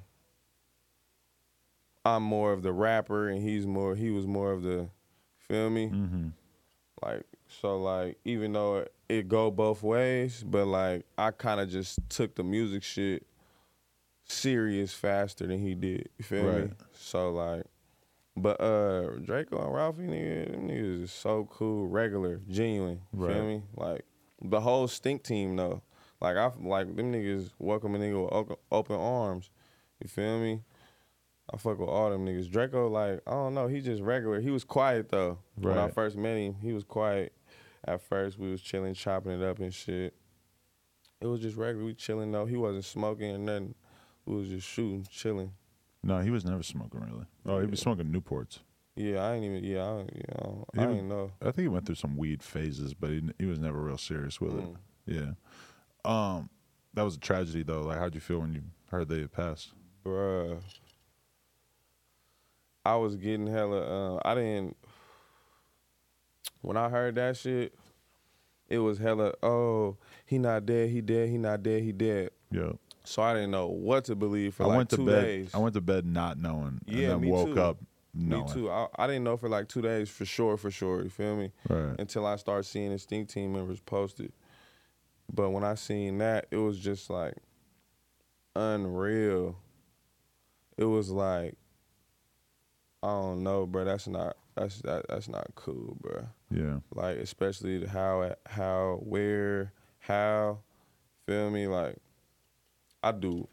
B: I'm more of the rapper, and he's more. He was more of the. Feel me?
A: Mm-hmm.
B: Like so, like even though it, it go both ways, but like I kind of just took the music shit serious faster than he did. You feel me?
A: Right.
B: So like, but uh, Draco and Ralphie nigga, them niggas is so cool, regular, genuine. You
A: Right.
B: Feel me? Like the whole Stink team though. Like I like them niggas welcome a nigga with o- open arms. You feel me? I fuck with all them niggas. Draco, like, I don't know, he just regular. He was quiet though. When I
A: Right.
B: first met him, he was quiet. At first, we was chilling, chopping it up and shit. It was just regular. We chilling though. He wasn't smoking or nothing. We was just shooting, chilling.
A: No, he was never smoking really. Oh, he was smoking Newports.
B: Yeah, I ain't even. Yeah, I, don't- yeah, I, don't- I
A: He was-
B: ain't know.
A: I think he went through some weed phases, but he, he was never real serious with it.
B: Mm.
A: Yeah. Um, that was a tragedy though. Like, how'd you feel when you heard they had passed?
B: Bruh. I was getting hella. Uh, I didn't. When I heard that shit, it was hella. Oh, he not dead. He dead. He not dead. He dead.
A: Yeah.
B: So I didn't know what to believe for
A: I
B: like
A: went to
B: two
A: bed.
B: days.
A: I went to bed not knowing,
B: Yeah,
A: and
B: me
A: then woke
B: too.
A: up
B: Me
A: knowing.
B: too. I, I didn't know for like two days for sure. For sure. You feel me?
A: Right.
B: until I started seeing Instinct team members post it. But when I seen that, it was just like unreal. It was like, I don't know, bro. That's not that's that, that's not cool, bro.
A: Yeah.
B: Like especially the how how where how, feel me? Like, I do.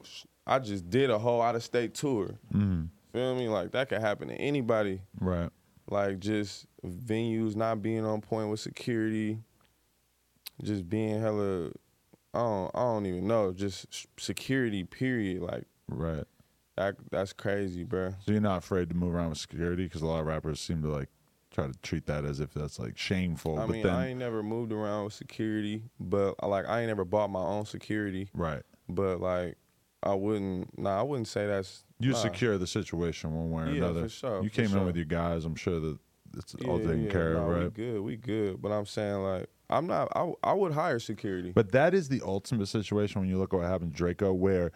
B: I just did a whole out of state tour.
A: Mm.
B: Feel me? Like that could happen to anybody.
A: Right.
B: Like just venues not being on point with security, just being hella. I don't. I don't even know. Just s- security. Period. Like
A: Right.
B: that. That's crazy, bro.
A: So you're not afraid to move around with security because a lot of rappers seem to like try to treat that as if that's like shameful.
B: I
A: but
B: mean,
A: then,
B: I ain't never moved around with security, but uh, like I ain't never bought my own security.
A: right.
B: But like, I wouldn't. Nah, I wouldn't say that's.
A: You
B: nah.
A: secure the situation one way or
B: Yeah,
A: another.
B: for sure,
A: you
B: for
A: came in
B: sure.
A: with your guys. I'm sure that it's all
B: Yeah,
A: taken
B: yeah,
A: care
B: nah,
A: of, right?
B: We good. We good. But I'm saying like, I'm not. I I would hire security.
A: But that is the ultimate situation when you look at what happened to Draco, where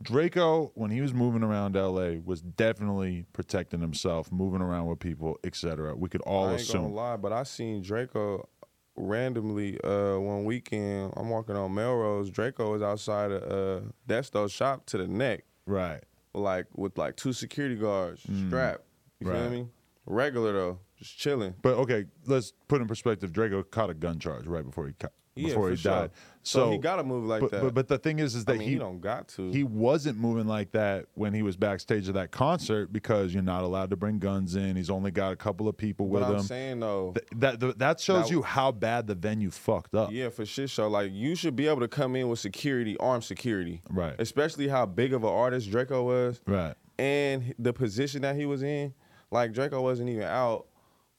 A: Draco, when he was moving around LA, was definitely protecting himself, moving around with people, etc. We could all
B: I ain't gonna
A: assume.
B: lie, but I seen Draco randomly uh, one weekend. I'm walking on Melrose. Draco was outside of uh, Desto's shop to the neck,
A: Right.
B: like with like two security guards strapped. You feel
A: Mm. right.
B: me? Regular though, just chilling.
A: But okay, let's put in perspective. Draco caught a gun charge right before he caught,
B: Yeah,
A: before
B: for
A: he
B: sure.
A: died.
B: So, he gotta move like
A: but,
B: that.
A: but but the thing is, is that
B: I mean, he,
A: he
B: don't got to.
A: he wasn't moving like that when he was backstage at that concert because you're not allowed to bring guns in. He's only got a couple of people
B: but
A: with
B: I'm
A: him.
B: saying though,
A: Th- that th- that shows
B: That-
A: you how bad the venue fucked up.
B: yeah, for shit show, like you should be able to come in with security, armed security,
A: Right.
B: Especially how big of an artist Draco was.
A: Right.
B: and the position that he was in, like Draco wasn't even out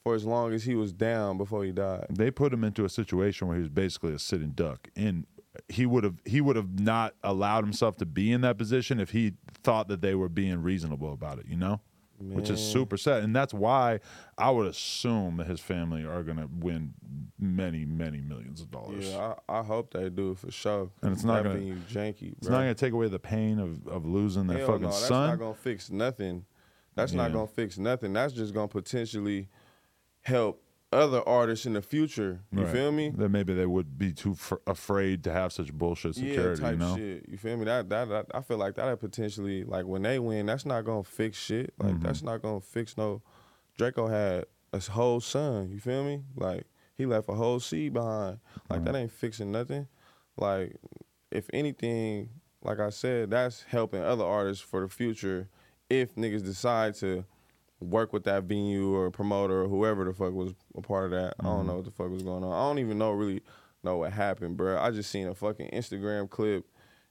B: for as long as he was down before he died.
A: They put him into a situation where he was basically a sitting duck, and he would have he would have not allowed himself to be in that position if he thought that they were being reasonable about it. You know. Which is
B: Man.
A: super sad, and that's why I would assume that his family are gonna win many, many millions of dollars.
B: Yeah, I, I hope they do for sure.
A: And it's not
B: That
A: gonna-
B: venue janky.
A: It's
B: bro.
A: not gonna take away the pain of, of losing their
B: Hell
A: fucking
B: no, that's
A: son.
B: not gonna fix nothing. That's not
A: Yeah.
B: gonna fix nothing. That's just gonna potentially help other artists in the future. You
A: Right.
B: feel me?
A: That maybe they would be too fr- afraid to have such bullshit security.
B: yeah, type
A: you know,
B: shit. You feel me? That, that that I feel like that potentially like when they win, that's not gonna fix shit. Like
A: Mm-hmm.
B: that's not gonna fix no. Draco had a s- whole son. You feel me? Like he left a whole seed behind. Like that ain't fixing nothing. Like if anything, like I said, that's helping other artists for the future. If niggas decide to work with that venue or promoter or whoever the fuck was a part of that, I
A: Mm-hmm.
B: don't know what the fuck was going on. I don't even know really know what happened, bro. I just seen a fucking Instagram clip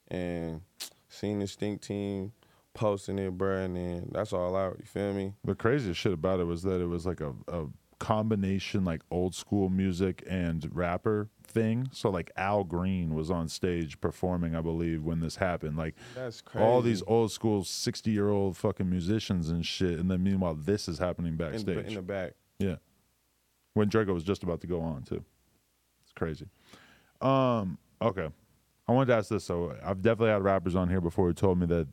B: and seen the Stink Team posting it, bro, and then that's all out. You feel me?
A: the craziest shit about it was that it was like a, a combination like old school music and rapper thing. So like Al Green was on stage performing, I believe, when this happened. Like
B: That's crazy.
A: all these old school sixty year old fucking musicians and shit. And then meanwhile, this is happening
B: in,
A: backstage.
B: the- in the back.
A: Yeah. When Draco was just about to go on too. It's crazy. Um, okay. I wanted to ask this so I've definitely had rappers on here before who told me that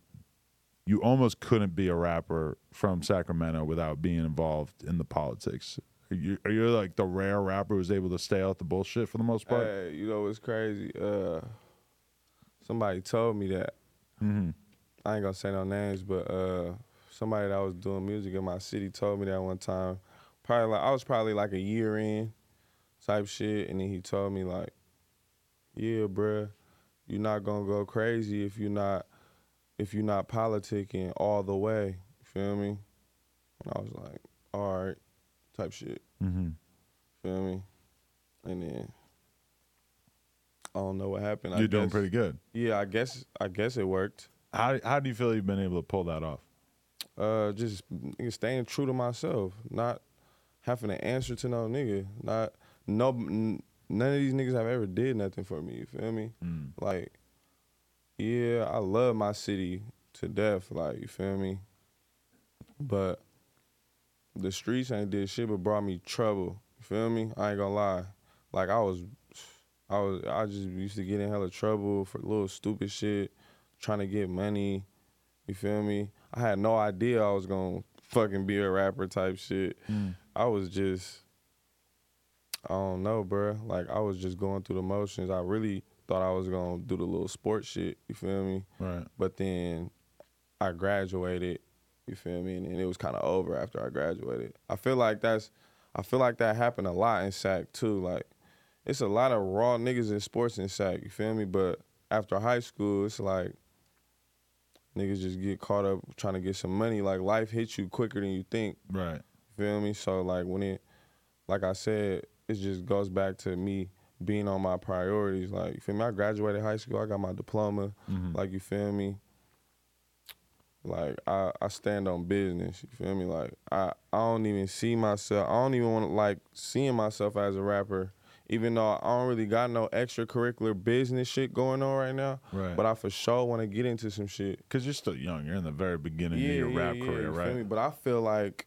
A: you almost couldn't be a rapper from Sacramento without being involved in the politics. Are you are you like the rare rapper who's able to stay out the bullshit for the most part?
B: Hey, you know what's crazy? Uh, somebody told me that.
A: hmm
B: I ain't gonna say no names, but uh, somebody that was doing music in my city told me that one time. Probably like I was probably like a year in, type shit, and then he told me like, "Yeah, bruh, you're not gonna go crazy if you're not if you're not politicking all the way." You feel me? And I was like, "All right," type shit.
A: hmm
B: Feel me? And then I don't know what happened. I
A: You're doing
B: guess-
A: pretty good.
B: Yeah, I guess I guess it worked.
A: How how do you feel you've been able to pull that off?
B: uh, just nigga, staying true to myself, not having to answer to no nigga, not no n- none of these niggas have ever did nothing for me. You feel me?
A: Mm.
B: Like, yeah, I love my city to death. Like, you feel me? But the streets ain't did shit but brought me trouble. You feel me? I ain't gonna lie. Like I was, I was, I just used to get in hella trouble for little stupid shit, trying to get money. You feel me? I had no idea I was gonna fucking be a rapper type shit.
A: Mm.
B: I was just, I don't know, bruh. Like I was just going through the motions. I really thought I was gonna do the little sports shit. You feel me?
A: Right.
B: But then I graduated. You feel me? And, then it was kind of over after I graduated. I feel like that's, I feel like that happened a lot in SAC too. Like, it's a lot of raw niggas in sports in SAC. You feel me? But after high school, it's like niggas just get caught up trying to get some money. Like life hits you quicker than you think.
A: Right.
B: You feel me? So like when it, like I said, it just goes back to me being on my priorities. Like you feel me? I graduated high school. I got my diploma.
A: Mhm.
B: Like you feel me? Like I, I stand on business. You feel me? Like I, I don't even see myself. I don't even want to like seeing myself as a rapper. Even though I don't really got no extracurricular business shit going on right now,
A: Right.
B: but I for sure want to get into some shit.
A: Because you're still young. You're in the very beginning of your rap
B: you
A: career,
B: feel
A: right?
B: me? But I feel like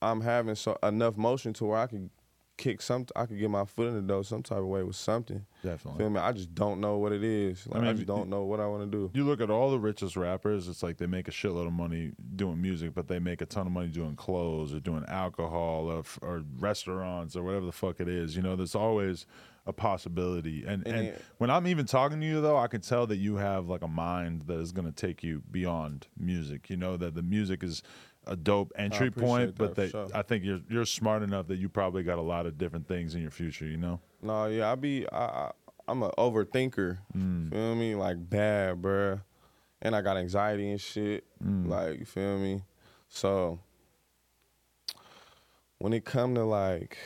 B: I'm having so enough motion to where I could kick some. I could get my foot in the door some type of way with something.
A: Definitely.
B: Feel me? I just don't know what it is. Like, I,
A: mean,
B: just don't know what I want to do.
A: You look at all the richest rappers, it's like they make a shitload of money doing music, but they make a ton of money doing clothes or doing alcohol or, f- or restaurants or whatever the fuck it is. You know, there's always a possibility. And,
B: And
A: and
B: it-
A: when I'm even talking to you, though, I can tell that you have like a mind that is going to take you beyond music. You know, that the music is a dope entry
B: appreciate
A: point,
B: that,
A: but that
B: for sure.
A: I think you're, you're smart enough that you probably got a lot of different things in your future, you know?
B: No, yeah, I be I, I I'm a overthinker. Feel me? Like bad, bruh. And I got anxiety and shit. Like, you feel me? So when it come to like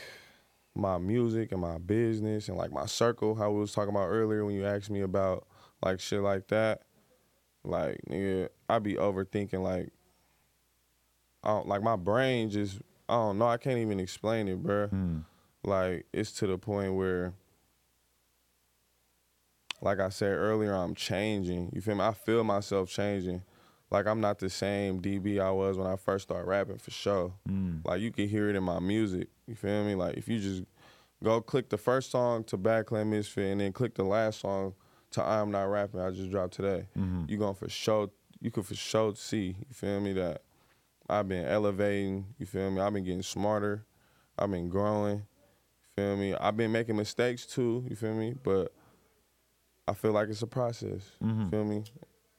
B: my music and my business and like my circle, how we was talking about earlier when you asked me about like shit like that, like nigga, I be overthinking like I don't, like my brain just I don't know, I can't even explain it, bruh
A: Mm.
B: like it's to the point where like I said earlier, I'm changing. You feel me? I feel myself changing. Like I'm not the same DB I was when I first started rapping for sure.
A: Mm.
B: Like you can hear it in my music. You feel me? Like if you just go click the first song to Backland Misfit and then click the last song to I'm Not Rapping I just dropped today,
A: Mhm.
B: you gonna for sure you can for sure see, you feel me, that I've been elevating, you feel me? I've been getting smarter, I've been growing, you feel me? I've been making mistakes too, you feel me? But I feel like it's a process. You
A: Mhm.
B: feel me?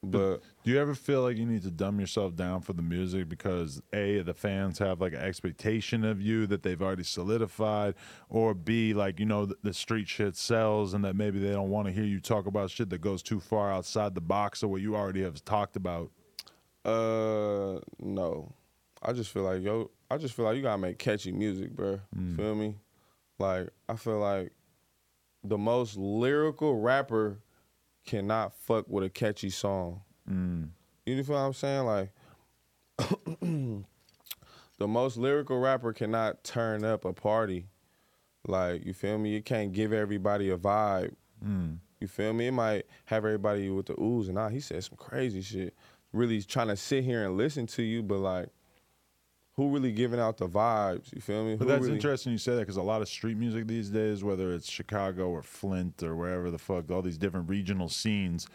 B: But
A: Do you ever feel like you need to dumb yourself down for the music because A, the fans have like an expectation of you that they've already solidified, or B, like, you know, the, the street shit sells and that maybe they don't want to hear you talk about shit that goes too far outside the box of what you already have talked about?
B: Uh, no. I just feel like yo, I just feel like you gotta make catchy music, bruh. Feel me? Like I feel like the most lyrical rapper cannot fuck with a catchy song.
A: Mm.
B: You feel what I'm saying? Like the most lyrical rapper cannot turn up a party. Like you feel me? You can't give everybody a vibe.
A: Mm.
B: You feel me? It might have everybody with the oohs and ah. He said some crazy shit. Really trying to sit here and listen to you, but like, who really giving out the vibes? You feel me?
A: But
B: Who
A: that's
B: really-
A: interesting you say that because a lot of street music these days, whether it's Chicago or Flint or wherever the fuck, all these different regional scenes,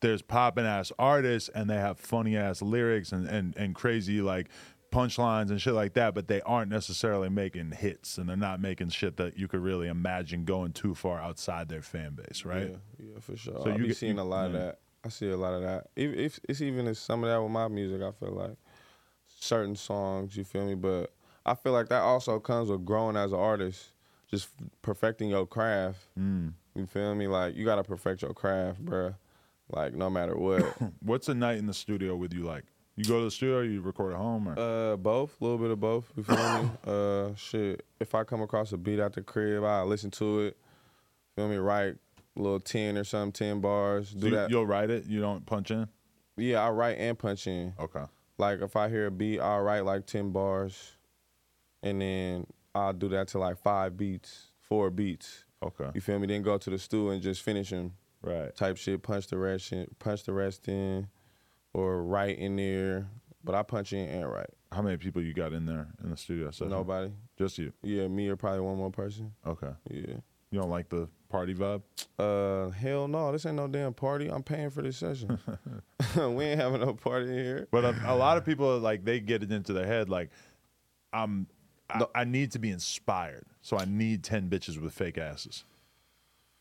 A: there's poppin' ass artists and they have funny ass lyrics and, and, and crazy like punchlines and shit like that, but they aren't necessarily making hits and they're not making shit that you could really imagine going too far outside their fan base, right?
B: Yeah, yeah, for sure.
A: So
B: I
A: you
B: be
A: get-
B: seeing
A: you-
B: a lot
A: yeah.
B: of that. I see a lot of that. If, if it's even as some of that with my music, I feel like certain songs. You feel me? But I feel like that also comes with growing as an artist, just perfecting your craft.
A: Mm.
B: You feel me? Like you gotta perfect your craft, bruh. Like no matter what.
A: What's a night in the studio with you like? You go to the studio, you record at home, or
B: Uh, both, a little bit of both. You feel me? Uh, shit. If I come across a beat at the crib, I listen to it. Feel me? Write a little ten or something, ten bars. Do
A: you,
B: that.
A: you'll write it, you don't punch in?
B: Yeah, I write and punch in.
A: Okay.
B: Like if I hear a beat, I'll write like ten bars, and then I'll do that to like five beats, four beats.
A: Okay.
B: You feel me? Then go to the stew and just finish them
A: Right.
B: type shit. Punch the rest, in, punch the rest in, or write in there. But I punch in and write.
A: How many people you got in there in the studio? session?
B: Nobody.
A: Just you.
B: Yeah, me or probably one more person.
A: Okay.
B: Yeah.
A: You don't like the party vibe?
B: Uh, hell no, this ain't no damn party. I'm paying for this session. we ain't having no party here.
A: But a, a lot of people like they get it into their head like I'm I, I need to be inspired. So I need 10 bitches with fake asses.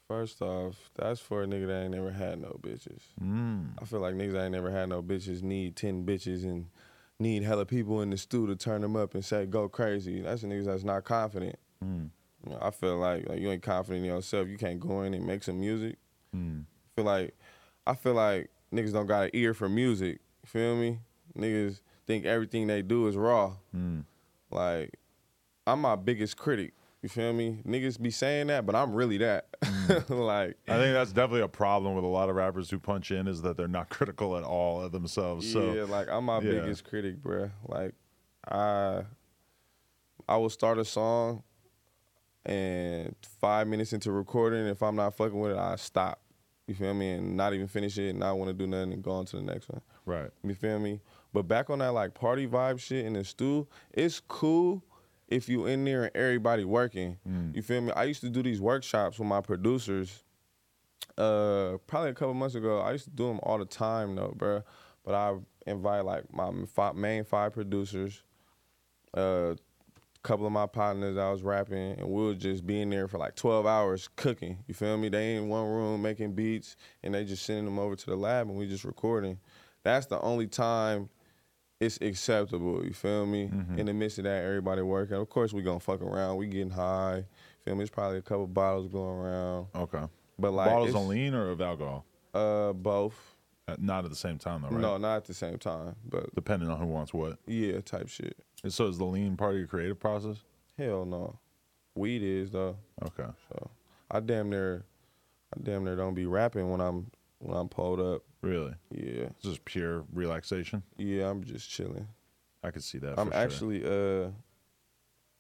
B: First off, that's for a nigga that ain't never had no bitches.
A: Mm.
B: I feel like niggas that ain't never had no bitches need 10 bitches and need hella people in the stew to turn them up and say, go crazy. That's the niggas that's not confident.
A: Mm.
B: You know, I feel like, like you ain't confident in yourself. You can't go in and make some music.
A: Mm.
B: feel like I feel like niggas don't got an ear for music. You Feel me? Niggas think everything they do is raw.
A: Mm.
B: Like I'm my biggest critic. You feel me? Niggas be saying that, but I'm really that. like
A: I think that's definitely a problem with a lot of rappers who punch in is that they're not critical at all of themselves. So
B: yeah, like I'm my
A: yeah.
B: biggest critic, bruh. Like I I will start a song and five minutes into recording, if I'm not fucking with it, I stop. You feel me? And not even finish it, and not want to do nothing, and go on to the next one.
A: right,
B: You feel me? But back on that like party vibe shit in the stew, it's cool if you in there and everybody working. You feel me? I used to do these workshops with my producers. Uh, probably a couple months ago. I used to do them all the time though, bruh. But I invite like my five, main five producers, uh, couple of my partners I was rapping, and we were just being there for like 12 hours cooking. You feel me? They in one room making beats, and they just sending them over to the lab, and we just recording. That's the only time it's acceptable. You feel me?
A: Mm-hmm.
B: In the midst of that, everybody working. Of course, we gonna fuck around. We getting high. Feel me? It's probably a couple bottles going around,
A: okay.
B: but like
A: Bottles
B: it's-
A: on lean or of alcohol?
B: Uh, both.
A: Uh, Not at the same time though, right?
B: No, not at the same time, but
A: Depending on who wants what.
B: yeah, type shit.
A: And so is the lean part of your creative process?
B: Hell no, weed is though.
A: Okay.
B: So I damn near, I damn near don't be rapping when I'm when I'm pulled up.
A: Really?
B: Yeah,
A: It's just pure relaxation.
B: yeah, I'm just chilling.
A: I could see that.
B: I'm
A: for sure.
B: actually uh,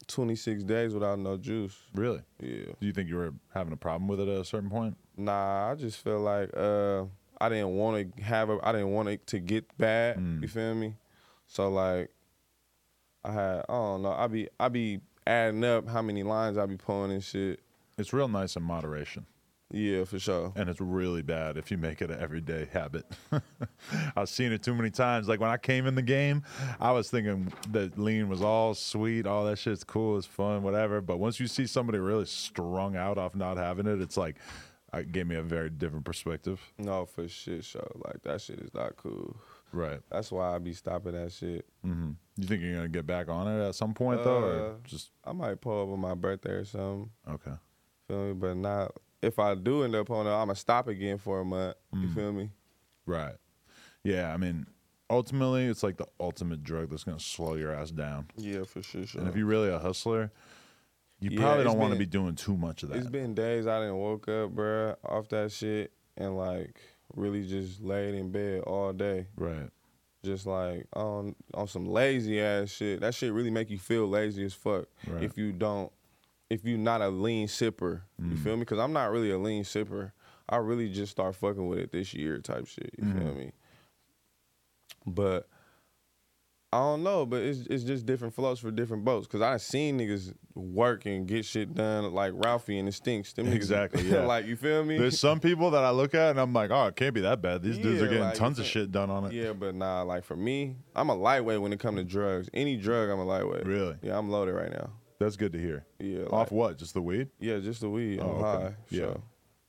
B: 26 days without no juice.
A: really.
B: Yeah,
A: Do you think you were having a problem with it at a certain point?
B: nah, I just feel like uh, I didn't want to have a, I didn't want it to get bad.
A: Mm.
B: You feel me? So like, I had, I don't know, I be, I be adding up how many lines I be pulling and shit.
A: It's real nice in moderation,
B: Yeah, for sure.
A: and it's really bad if you make it an everyday habit. I've seen it too many times. Like when I came in the game, I was thinking that lean was all sweet, all that shit's cool, it's fun, whatever. But once you see somebody really strung out off not having it, it's like uh, it gave me a very different perspective.
B: No, for shit, show. Like that shit is not cool.
A: Right.
B: That's why I be stopping that shit.
A: Mm-hmm. You think you're gonna get back on it at some point though, or
B: Uh,
A: just
B: I might pull up on my birthday or something.
A: okay?
B: Feel me? But not if I do end up on it, I'ma stop again for a month.
A: Mm.
B: You feel me?
A: Right. Yeah, I mean, ultimately, it's like the ultimate drug that's going to slow your ass down.
B: Yeah, for sure. Sure.
A: And if you're really a hustler, you
B: Yeah,
A: probably
B: it's
A: don't want to
B: been-
A: be doing too much of
B: it's
A: that.
B: been days I didn't woke up, bruh, off that shit, and like really just laid in bed all day,
A: right.
B: just like on on some lazy ass shit. That shit really make you feel lazy as fuck
A: Right.
B: if you don't, if you not a lean sipper.
A: Mm.
B: You feel me? Because I'm not really a lean sipper. I really just start fucking with it this year, type shit. You feel
A: Mm.
B: me? But I don't know, but it's it's just different flows for different boats. Cause I seen niggas work and get shit done like Ralphie and the Stinks. Them niggas-
A: Exactly, yeah.
B: like you feel me?
A: There's some people that I look at and I'm like, oh, it can't be that bad. These dudes are
B: Yeah,
A: getting
B: like,
A: tons of
B: it's a-
A: shit done on it.
B: yeah, but nah, like for me, I'm a lightweight when it comes to drugs. Any drug, I'm a lightweight.
A: Really?
B: Yeah, I'm loaded right now.
A: That's good to hear.
B: Yeah. like-
A: Off what? Just the weed?
B: Yeah, just the weed. I'm
A: Oh, okay.
B: high.
A: Yeah.
B: Yeah.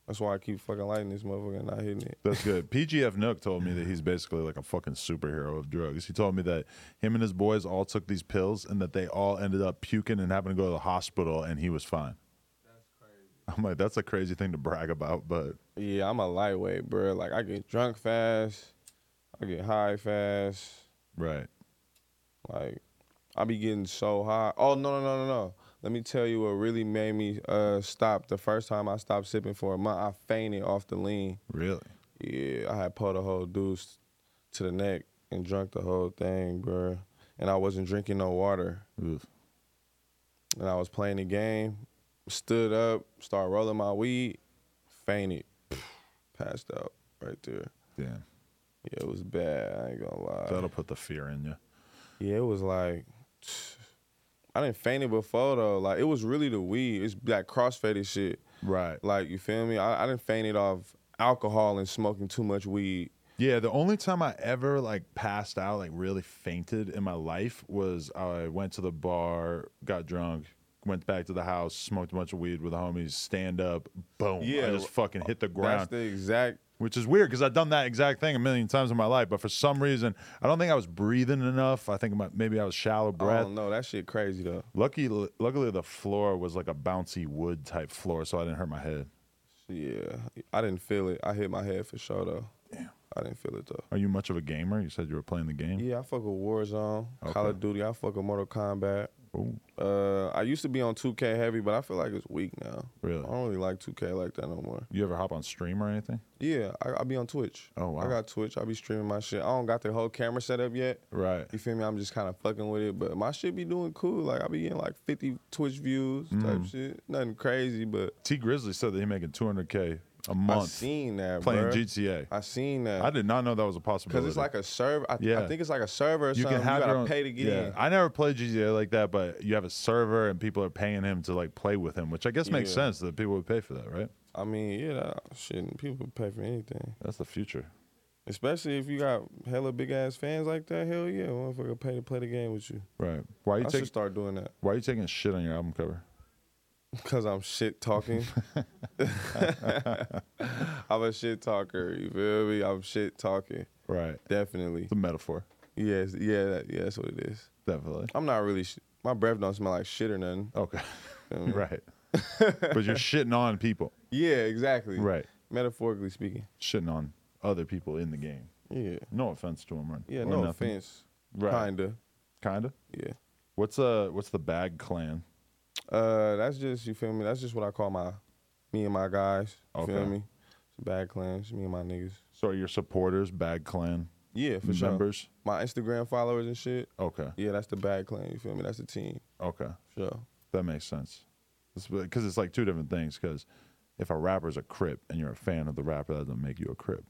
B: That's why I keep fucking lighting this motherfucker and not hitting it.
A: That's good. PGF Nook told me that he's basically like a fucking superhero of drugs. He told me that him and his boys all took these pills and that they all ended up puking and having to go to the hospital and he was fine. I'm like, that's a crazy thing to brag about, but
B: Yeah, I'm a lightweight, bro. Like I get drunk fast, I get high fast.
A: right.
B: Like I be getting so high. Oh no no no no no. Let me tell you what really made me uh stop. The first time I stopped sipping for a month, I fainted off the lean.
A: Really?
B: Yeah, I had pulled a whole deuce to the neck and drunk the whole thing, bro. And I wasn't drinking no water.
A: Oof.
B: and I was playing the game, stood up, started rolling my weed, fainted, passed out right there.
A: Damn.
B: Yeah, it was bad. I ain't gonna lie.
A: That'll put the fear in you.
B: yeah, it was like I didn't faint it before though. Like it was really the weed. It's that crossfaded shit.
A: Right.
B: Like you feel me? I, I didn't faint it off alcohol and smoking too much weed.
A: Yeah, the only time I ever like passed out, like really fainted in my life was I went to the bar, got drunk, went back to the house, smoked a bunch of weed with the homies, stand up, boom.
B: Yeah,
A: I just fucking hit the
B: That's
A: ground.
B: the exact.
A: which is weird because I've done that exact thing a million times in my life, but for some reason, I don't think I was breathing enough. I think my, maybe I was shallow
B: I
A: breath.
B: don't know. That shit crazy though.
A: Lucky, luckily, the floor was like a bouncy wood type floor, so I didn't hurt my head.
B: Yeah, I didn't feel it. I hit my head for sure though. Yeah, I didn't feel it though.
A: Are you much of a gamer? You said you were playing the game.
B: Yeah, I fuck with Warzone, Call
A: Okay.
B: of Duty. I fuck with Mortal Kombat.
A: Ooh.
B: Uh, I used to be on 2K heavy, but I feel like it's weak now.
A: Really?
B: I don't really like 2K like that no more.
A: You ever hop on stream or anything?
B: Yeah, I, I be on Twitch.
A: Oh, wow.
B: I got Twitch. I be streaming my shit. I don't got the whole camera set up yet.
A: Right.
B: You feel me? I'm just kind of fucking with it, but my shit be doing cool. Like I be getting like 50 Twitch views type
A: Mm.
B: shit. Nothing crazy, but
A: T Grizzly said that he making 200k a
B: I
A: month
B: seen that
A: playing
B: bruh.
A: GTA.
B: I seen that.
A: I did not know that was a possibility.
B: Cause it's like a server. I,
A: Yeah.
B: I think it's like a server or
A: you
B: something.
A: can have
B: you gotta
A: your own,
B: pay to get
A: yeah.
B: in.
A: I never played GTA like that, but you have a server and people are paying him to like play with him, which I guess makes
B: Yeah.
A: sense that people would pay for that, right?
B: I mean, yeah, that, shit. People pay for anything,
A: That's the future.
B: especially if you got hella big ass fans like that. Hell yeah, motherfucker, pay to play the game with you.
A: Right. Why are
B: I
A: you
B: should
A: taking
B: start doing that
A: why are you taking shit on your album cover?
B: because I'm shit talking. I'm a shit talker. You feel me? I'm shit talking.
A: Right.
B: Definitely.
A: The metaphor.
B: Yes. Yeah. That, yeah. That's what it is.
A: Definitely.
B: I'm not really. Sh- my breath don't smell like shit or nothing.
A: Okay.
B: You feel me?
A: right. but you're shitting on people.
B: Yeah. Exactly.
A: Right.
B: Metaphorically speaking.
A: Shitting on other people in the game.
B: Yeah.
A: No offense to them, right?
B: Yeah. no offense.
A: Right.
B: Kinda.
A: Kinda.
B: Yeah.
A: What's uh what's the bag clan?
B: Uh, that's just you feel me. That's just what I call my me and my guys. You feel
A: Okay.
B: me? It's bad clans. Me and my niggas.
A: So are your supporters bag clan
B: Yeah, for sure.
A: members?
B: My Instagram followers and shit.
A: Okay.
B: Yeah, that's the bad clan. You feel me? That's the team.
A: Okay.
B: for Sure.
A: That makes sense. Because it's like two different things. Because if a rapper's a crip and you're a fan of the rapper, that doesn't make you a crip.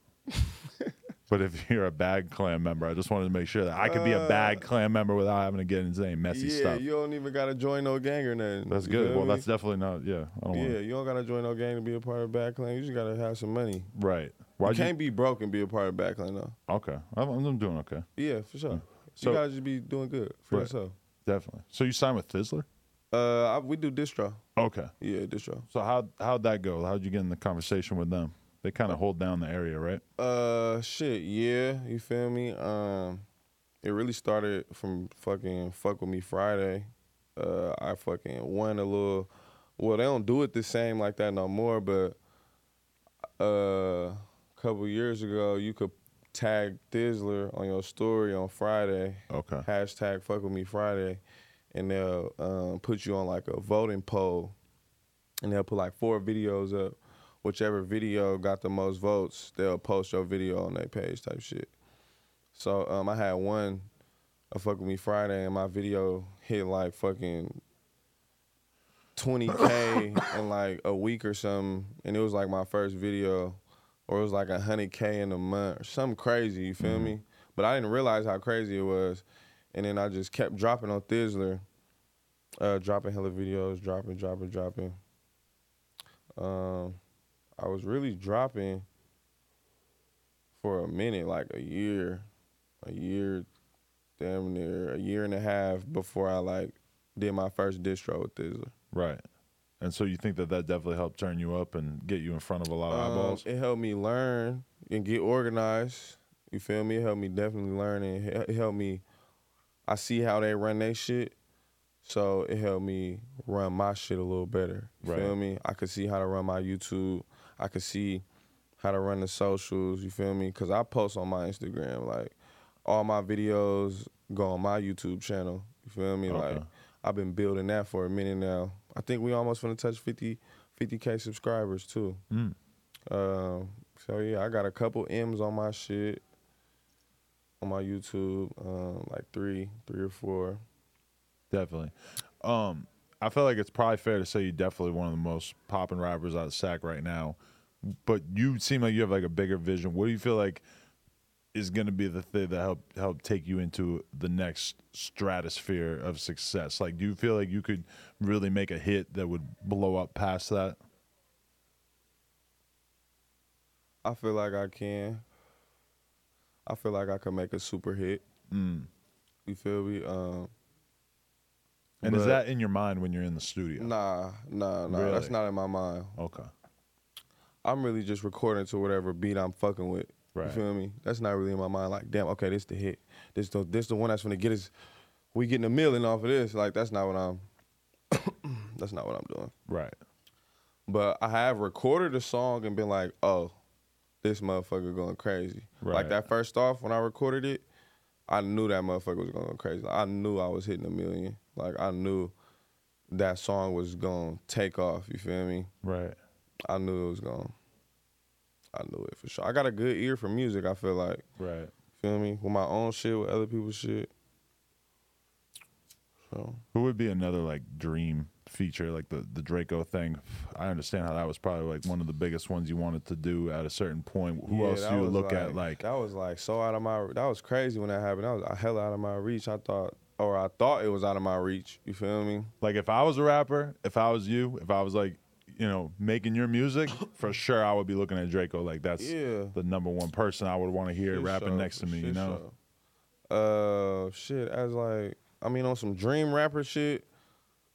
A: but if you're a Bag Clan member, I just wanted to make sure that I could be a Bag Clan member without having to get into any messy
B: Uh, yeah,
A: stuff.
B: you don't even gotta join no gang or nothing.
A: that's
B: you
A: good.
B: feel
A: Well,
B: me?
A: that's definitely not. Yeah, I don't
B: yeah.
A: want
B: You don't gotta join no gang to be a part of bad clan. You just gotta have some money.
A: right.
B: You
A: Why'd you?
B: can't be broke and be a part of bad clan though.
A: okay, I'm, I'm doing okay.
B: Yeah, for sure.
A: Mm. So-
B: you gotta just be doing good for
A: Right.
B: yourself.
A: Definitely. So you signed with Thizzler?
B: Uh, I, we do distro.
A: Okay.
B: Yeah, distro.
A: So how how'd that go? How'd you get in the conversation with them? They kind of hold down the area, right?
B: Uh, shit, yeah, you feel me? Um, it really started from fucking fuck with me Friday. Uh, I fucking won a little. Well, they don't do it the same like that no more, but uh, a couple years ago, you could tag Thizzler on your story on Friday.
A: Okay.
B: Hashtag fuck with me Friday, and they'll um, put you on like a voting poll, and they'll put like four videos up. Whichever video got the most votes, they'll post your video on their page type shit. So um, I had one, a fuck with me Friday, and my video hit like fucking 20k in like a week or something, and it was like my first video, or it was like 100k in a month, or something crazy. You feel me? But I didn't realize how crazy it was, and then I just kept dropping on Thizzler, uh, dropping hella videos, dropping, dropping, dropping. Um, I was really dropping for a minute, like a year, a year, damn near a year and a half before I like did my first distro with Thizzler.
A: Right. And so you think that that definitely helped turn you up and get you in front of a lot of
B: Um,
A: eyeballs?
B: It helped me learn and get organized. You feel me? It helped me definitely learn and it hel- it helped me. I see how they run their shit, so it helped me run my shit a little better. You
A: Right.
B: feel me? I could see how to run my YouTube. I could see how to run the socials. You feel me? Cause I post on my Instagram. Like all my videos go on my YouTube channel. You feel me?
A: Okay.
B: Like I've been building that for a minute now. I think we almost gonna touch 50 k subscribers too.
A: Mm.
B: Um, so yeah, I got a couple M's on my shit, on my YouTube, um, like three, three or four.
A: Definitely. Um, I feel like it's probably fair to say you're definitely one of the most popping rappers out of SAC right now. But you seem like you have like a bigger vision. What do you feel like is going to be the thing that help help take you into the next stratosphere of success? Like, do you feel like you could really make a hit that would blow up past that?
B: I feel like I can. I feel like I can make a super hit.
A: Mm.
B: You feel me? Um,
A: And is
B: But-
A: that in your mind when you're in the studio?
B: Nah, nah, nah.
A: Really?
B: That's not in my mind.
A: Okay.
B: I'm really just recording to whatever beat I'm fucking with.
A: Right.
B: You feel me? That's not really in my mind. Like, damn, okay, this the hit. This the this the one that's gonna get us. We getting a million off of this. Like, that's not what I'm. that's not what I'm doing.
A: Right.
B: But I have recorded a song and been like, oh, this motherfucker going crazy.
A: Right.
B: Like that first off when I recorded it, I knew that motherfucker was going crazy. I knew I was hitting a million. Like I knew that song was gonna take off. You feel me?
A: Right.
B: I knew it was gonna. I knew it for sure. I got a good ear for music. I feel like,
A: Right.
B: feel me, with my own shit, with other people's shit. So
A: Who would be another like dream feature, like the the Draco thing? I understand how that was probably like one of the biggest ones you wanted to do at a certain point. Who
B: Yeah,
A: else
B: that
A: do you
B: was
A: look at? Like
B: that was like so out of my that was crazy when that happened. That was a hell out of my reach. I thought or I thought it was out of my reach. You feel me?
A: Like if I was a rapper, if I was you, if I was like, you know, making your music, for sure I would be looking at Draco like that's
B: Yeah.
A: the number one person I would want to hear
B: Shit
A: rapping
B: show,
A: next to me, you
B: shit
A: know.
B: show. Uh shit, as like I mean on some dream rapper shit,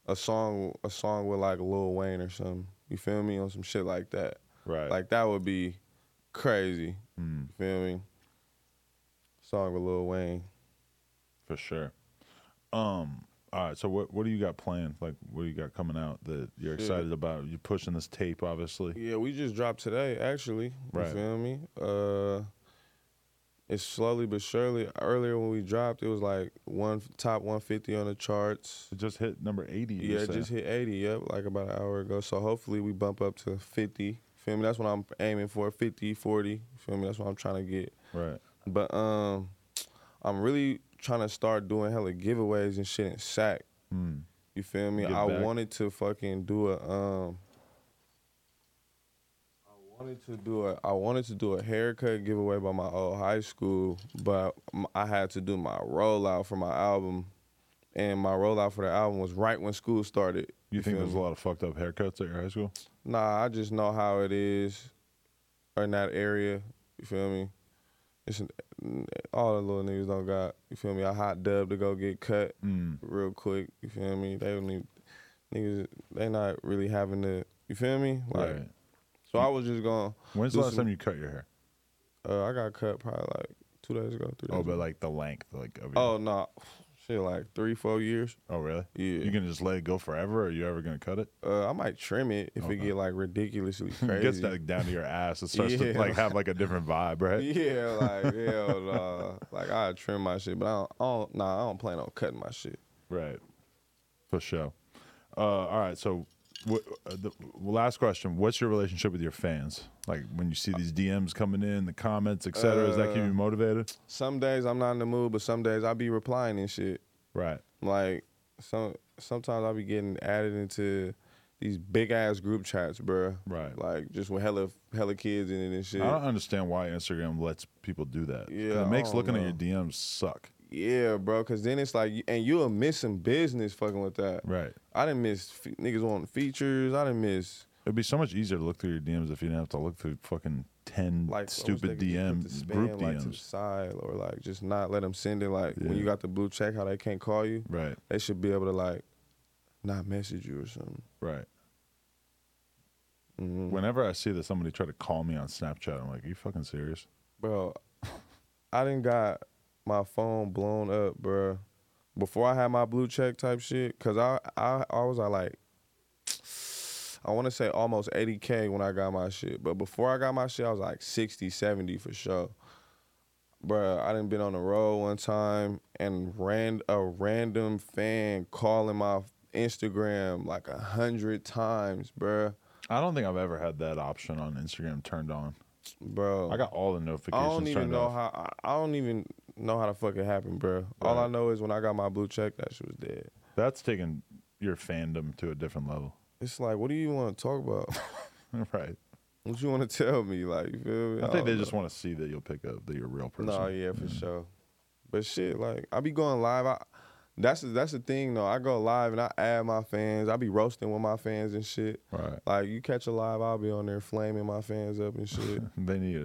B: a song a song with like Lil Wayne or something. You feel me? On some shit like that.
A: Right.
B: Like that would be crazy.
A: Mm,
B: You feel me? Song with Lil Wayne.
A: for sure. Um all right, so what what do you got planned? Like what do you got coming out that you're
B: Shit.
A: excited about? You're pushing this tape obviously.
B: Yeah, we just dropped today, actually.
A: Right.
B: You feel me? Uh, it's slowly but surely. Earlier when we dropped, it was like one top 150 on the charts.
A: It just hit number 80. you
B: Yeah, it
A: said.
B: just hit 80, yep, like about an hour ago. So hopefully we bump up to 50. Feel me? That's what I'm aiming for 50, 40. Feel me? That's what I'm trying to get.
A: right.
B: But um, I'm really trying to start doing hella giveaways and shit in SAC.
A: Mm,
B: You feel me?
A: Give
B: I
A: back.
B: wanted to fucking do a um I wanted to do a I wanted to do a haircut giveaway by my old high school, but m- I had to do my rollout for my album and my rollout for the album was right when school started.
A: you, think
B: feel
A: there's a
B: me?
A: lot of fucked up haircuts at your high school?
B: Nah, I just know how it is in that area. You feel me? It's an, all the little niggas don't got. You feel me? A hot dub to go get cut
A: Mm,
B: real quick. You feel me? They don't need niggas. They not really having to. You feel me? Like
A: right.
B: so, I was just going.
A: When's the last
B: listen-
A: time you cut your hair?
B: Uh, I got cut probably like two days ago. Three days
A: Oh, but
B: ago.
A: like the length like of your
B: oh no, shit, like three four years.
A: Oh, really?
B: Yeah.
A: You can just let it go forever. Or are you ever gonna cut it?
B: uh, I might trim it if
A: Okay.
B: it get like ridiculously crazy.
A: It gets that down to your ass. It starts to
B: Yeah.
A: like have like a different vibe, right?
B: Yeah, like hell, nah. like I trim my shit, but I don't, I don't. Nah, I don't plan on cutting my shit.
A: Right. For sure. Uh, all right. So, what, uh, the last question: What's your relationship with your fans? Like when you see these DMs coming in, the comments, etc. Does that keep
B: Uh,
A: you motivated?
B: Some days I'm not in the mood, but some days I be replying and shit.
A: Right.
B: Like some sometimes I be getting added into these big ass group chats, bruh.
A: Right.
B: Like just with hella hella kids in it and shit.
A: I don't understand why Instagram lets people do that. 'Cause
B: Yeah,
A: It makes
B: I don't
A: looking
B: know.
A: at your DMs suck.
B: Yeah, bro. Cause then it's like, and you are missing business fucking with that.
A: Right.
B: I didn't miss fe- niggas on features. I didn't miss
A: It'd be so much easier to look through your DMs if you didn't have to look through fucking ten
B: like I wish
A: stupid
B: they could just
A: DM
B: put the
A: group
B: spam, like, to the
A: DMs.
B: side or like just not let them send it. Like
A: Yeah.
B: when you got the blue check, how they can't call you,
A: Right.
B: they should be able to like not message you or something.
A: Right.
B: Mhm.
A: Whenever I see that somebody try to call me on Snapchat, I'm like, "Are you fucking serious?"
B: Bro, I didn't got my phone blown up, bro. Before I had my blue check type shit, cause I I, I was I like, I want to say almost 80k when I got my shit, but before I got my shit, I was like 60, 70 for sure. Bro, I didn't been on the road one time and ran a random fan calling my Instagram like a hundred times, bro.
A: I don't think I've ever had that option on Instagram turned on.
B: Bro,
A: I got all the
B: I
A: notifications.
B: don't even
A: turned
B: know
A: off.
B: how. I, I don't even know how the fuck it happened, bro. All
A: Right.
B: I know is when I got my blue check, that shit was dead.
A: That's taking your fandom to a different level,
B: It's like, what do you want to talk about?
A: right?
B: what you want to tell me? Like, you feel me?
A: I think they
B: don't
A: just want to see that you'll pick up that you're a real person.
B: know. No, yeah, for sure. But shit, like, I be going live. I, that's the, that's the thing though. I go live and I add my fans. I be roasting with my fans and shit.
A: Right.
B: Like, you catch a live, I'll be on there flaming my fans up and shit.
A: They need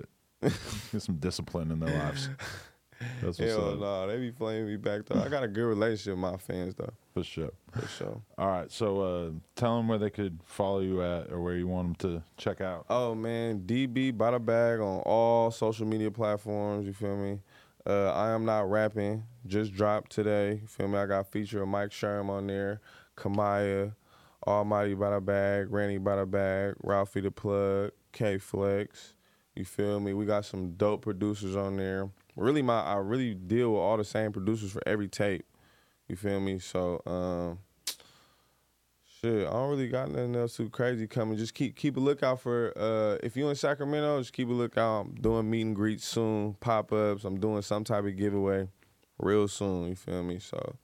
A: it. Get some discipline in their lives. That's what's
B: Hell
A: up.
B: no, they be playing me back though. I got a good relationship with my fans though,
A: For sure.
B: for sure.
A: All right. So uh, tell them where they could follow you at or where you want them to check out.
B: Oh man, DB by the bag on all social media platforms. You feel me? Uh, I am not rapping. Just dropped today. You feel me? I got feature of Mike Sherm on there, Kamaya, Almighty by the bag, Randy by the bag, Ralphie the plug, K Flex. You feel me? We got some dope producers on there. Really, my I really deal with all the same producers for every tape. You feel me? So. Um, Shit, I don't really got nothing else too crazy coming. Just keep keep a lookout for uh if you in Sacramento, just keep a lookout. I'm doing meet and greets soon, pop ups. I'm doing some type of giveaway real soon, you feel me? So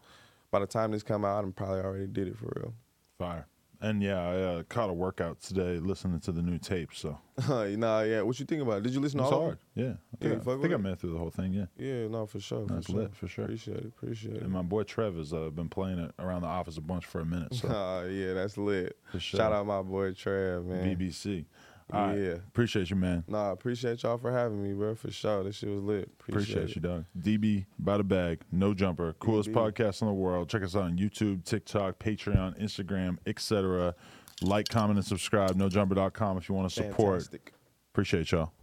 B: by the time this come out, I'm probably already did it for real.
A: Fire. And yeah, I uh, caught a workout today listening to the new tape. So
B: nah, yeah. What you think about? it? Did you listen to
A: it's
B: all of
A: hard. Yeah. I
B: Yeah, you
A: think, I,
B: fuck
A: think
B: with
A: I
B: it?
A: made it through the whole thing. Yeah.
B: it? Yeah, no, for sure.
A: That's
B: for
A: lit for sure.
B: Appreciate it, appreciate it.
A: And my boy Trevor's uh, been playing it around the office a bunch for a minute. So uh,
B: Nah, yeah, that's lit.
A: for sure.
B: Shout out my boy Trav, man.
A: BBC. All right.
B: Yeah.
A: Appreciate you, man.
B: Nah, appreciate y'all for having me, bro. For sure. This shit was lit.
A: Appreciate,
B: Appreciate, it.
A: you, dog. DB by the bag, no jumper, coolest
B: DB.
A: podcast in the world. Check us out on YouTube, TikTok, Patreon, Instagram, etc. Like, comment, and subscribe. NoJumper.com if you want to support.
B: Fantastic.
A: Appreciate y'all.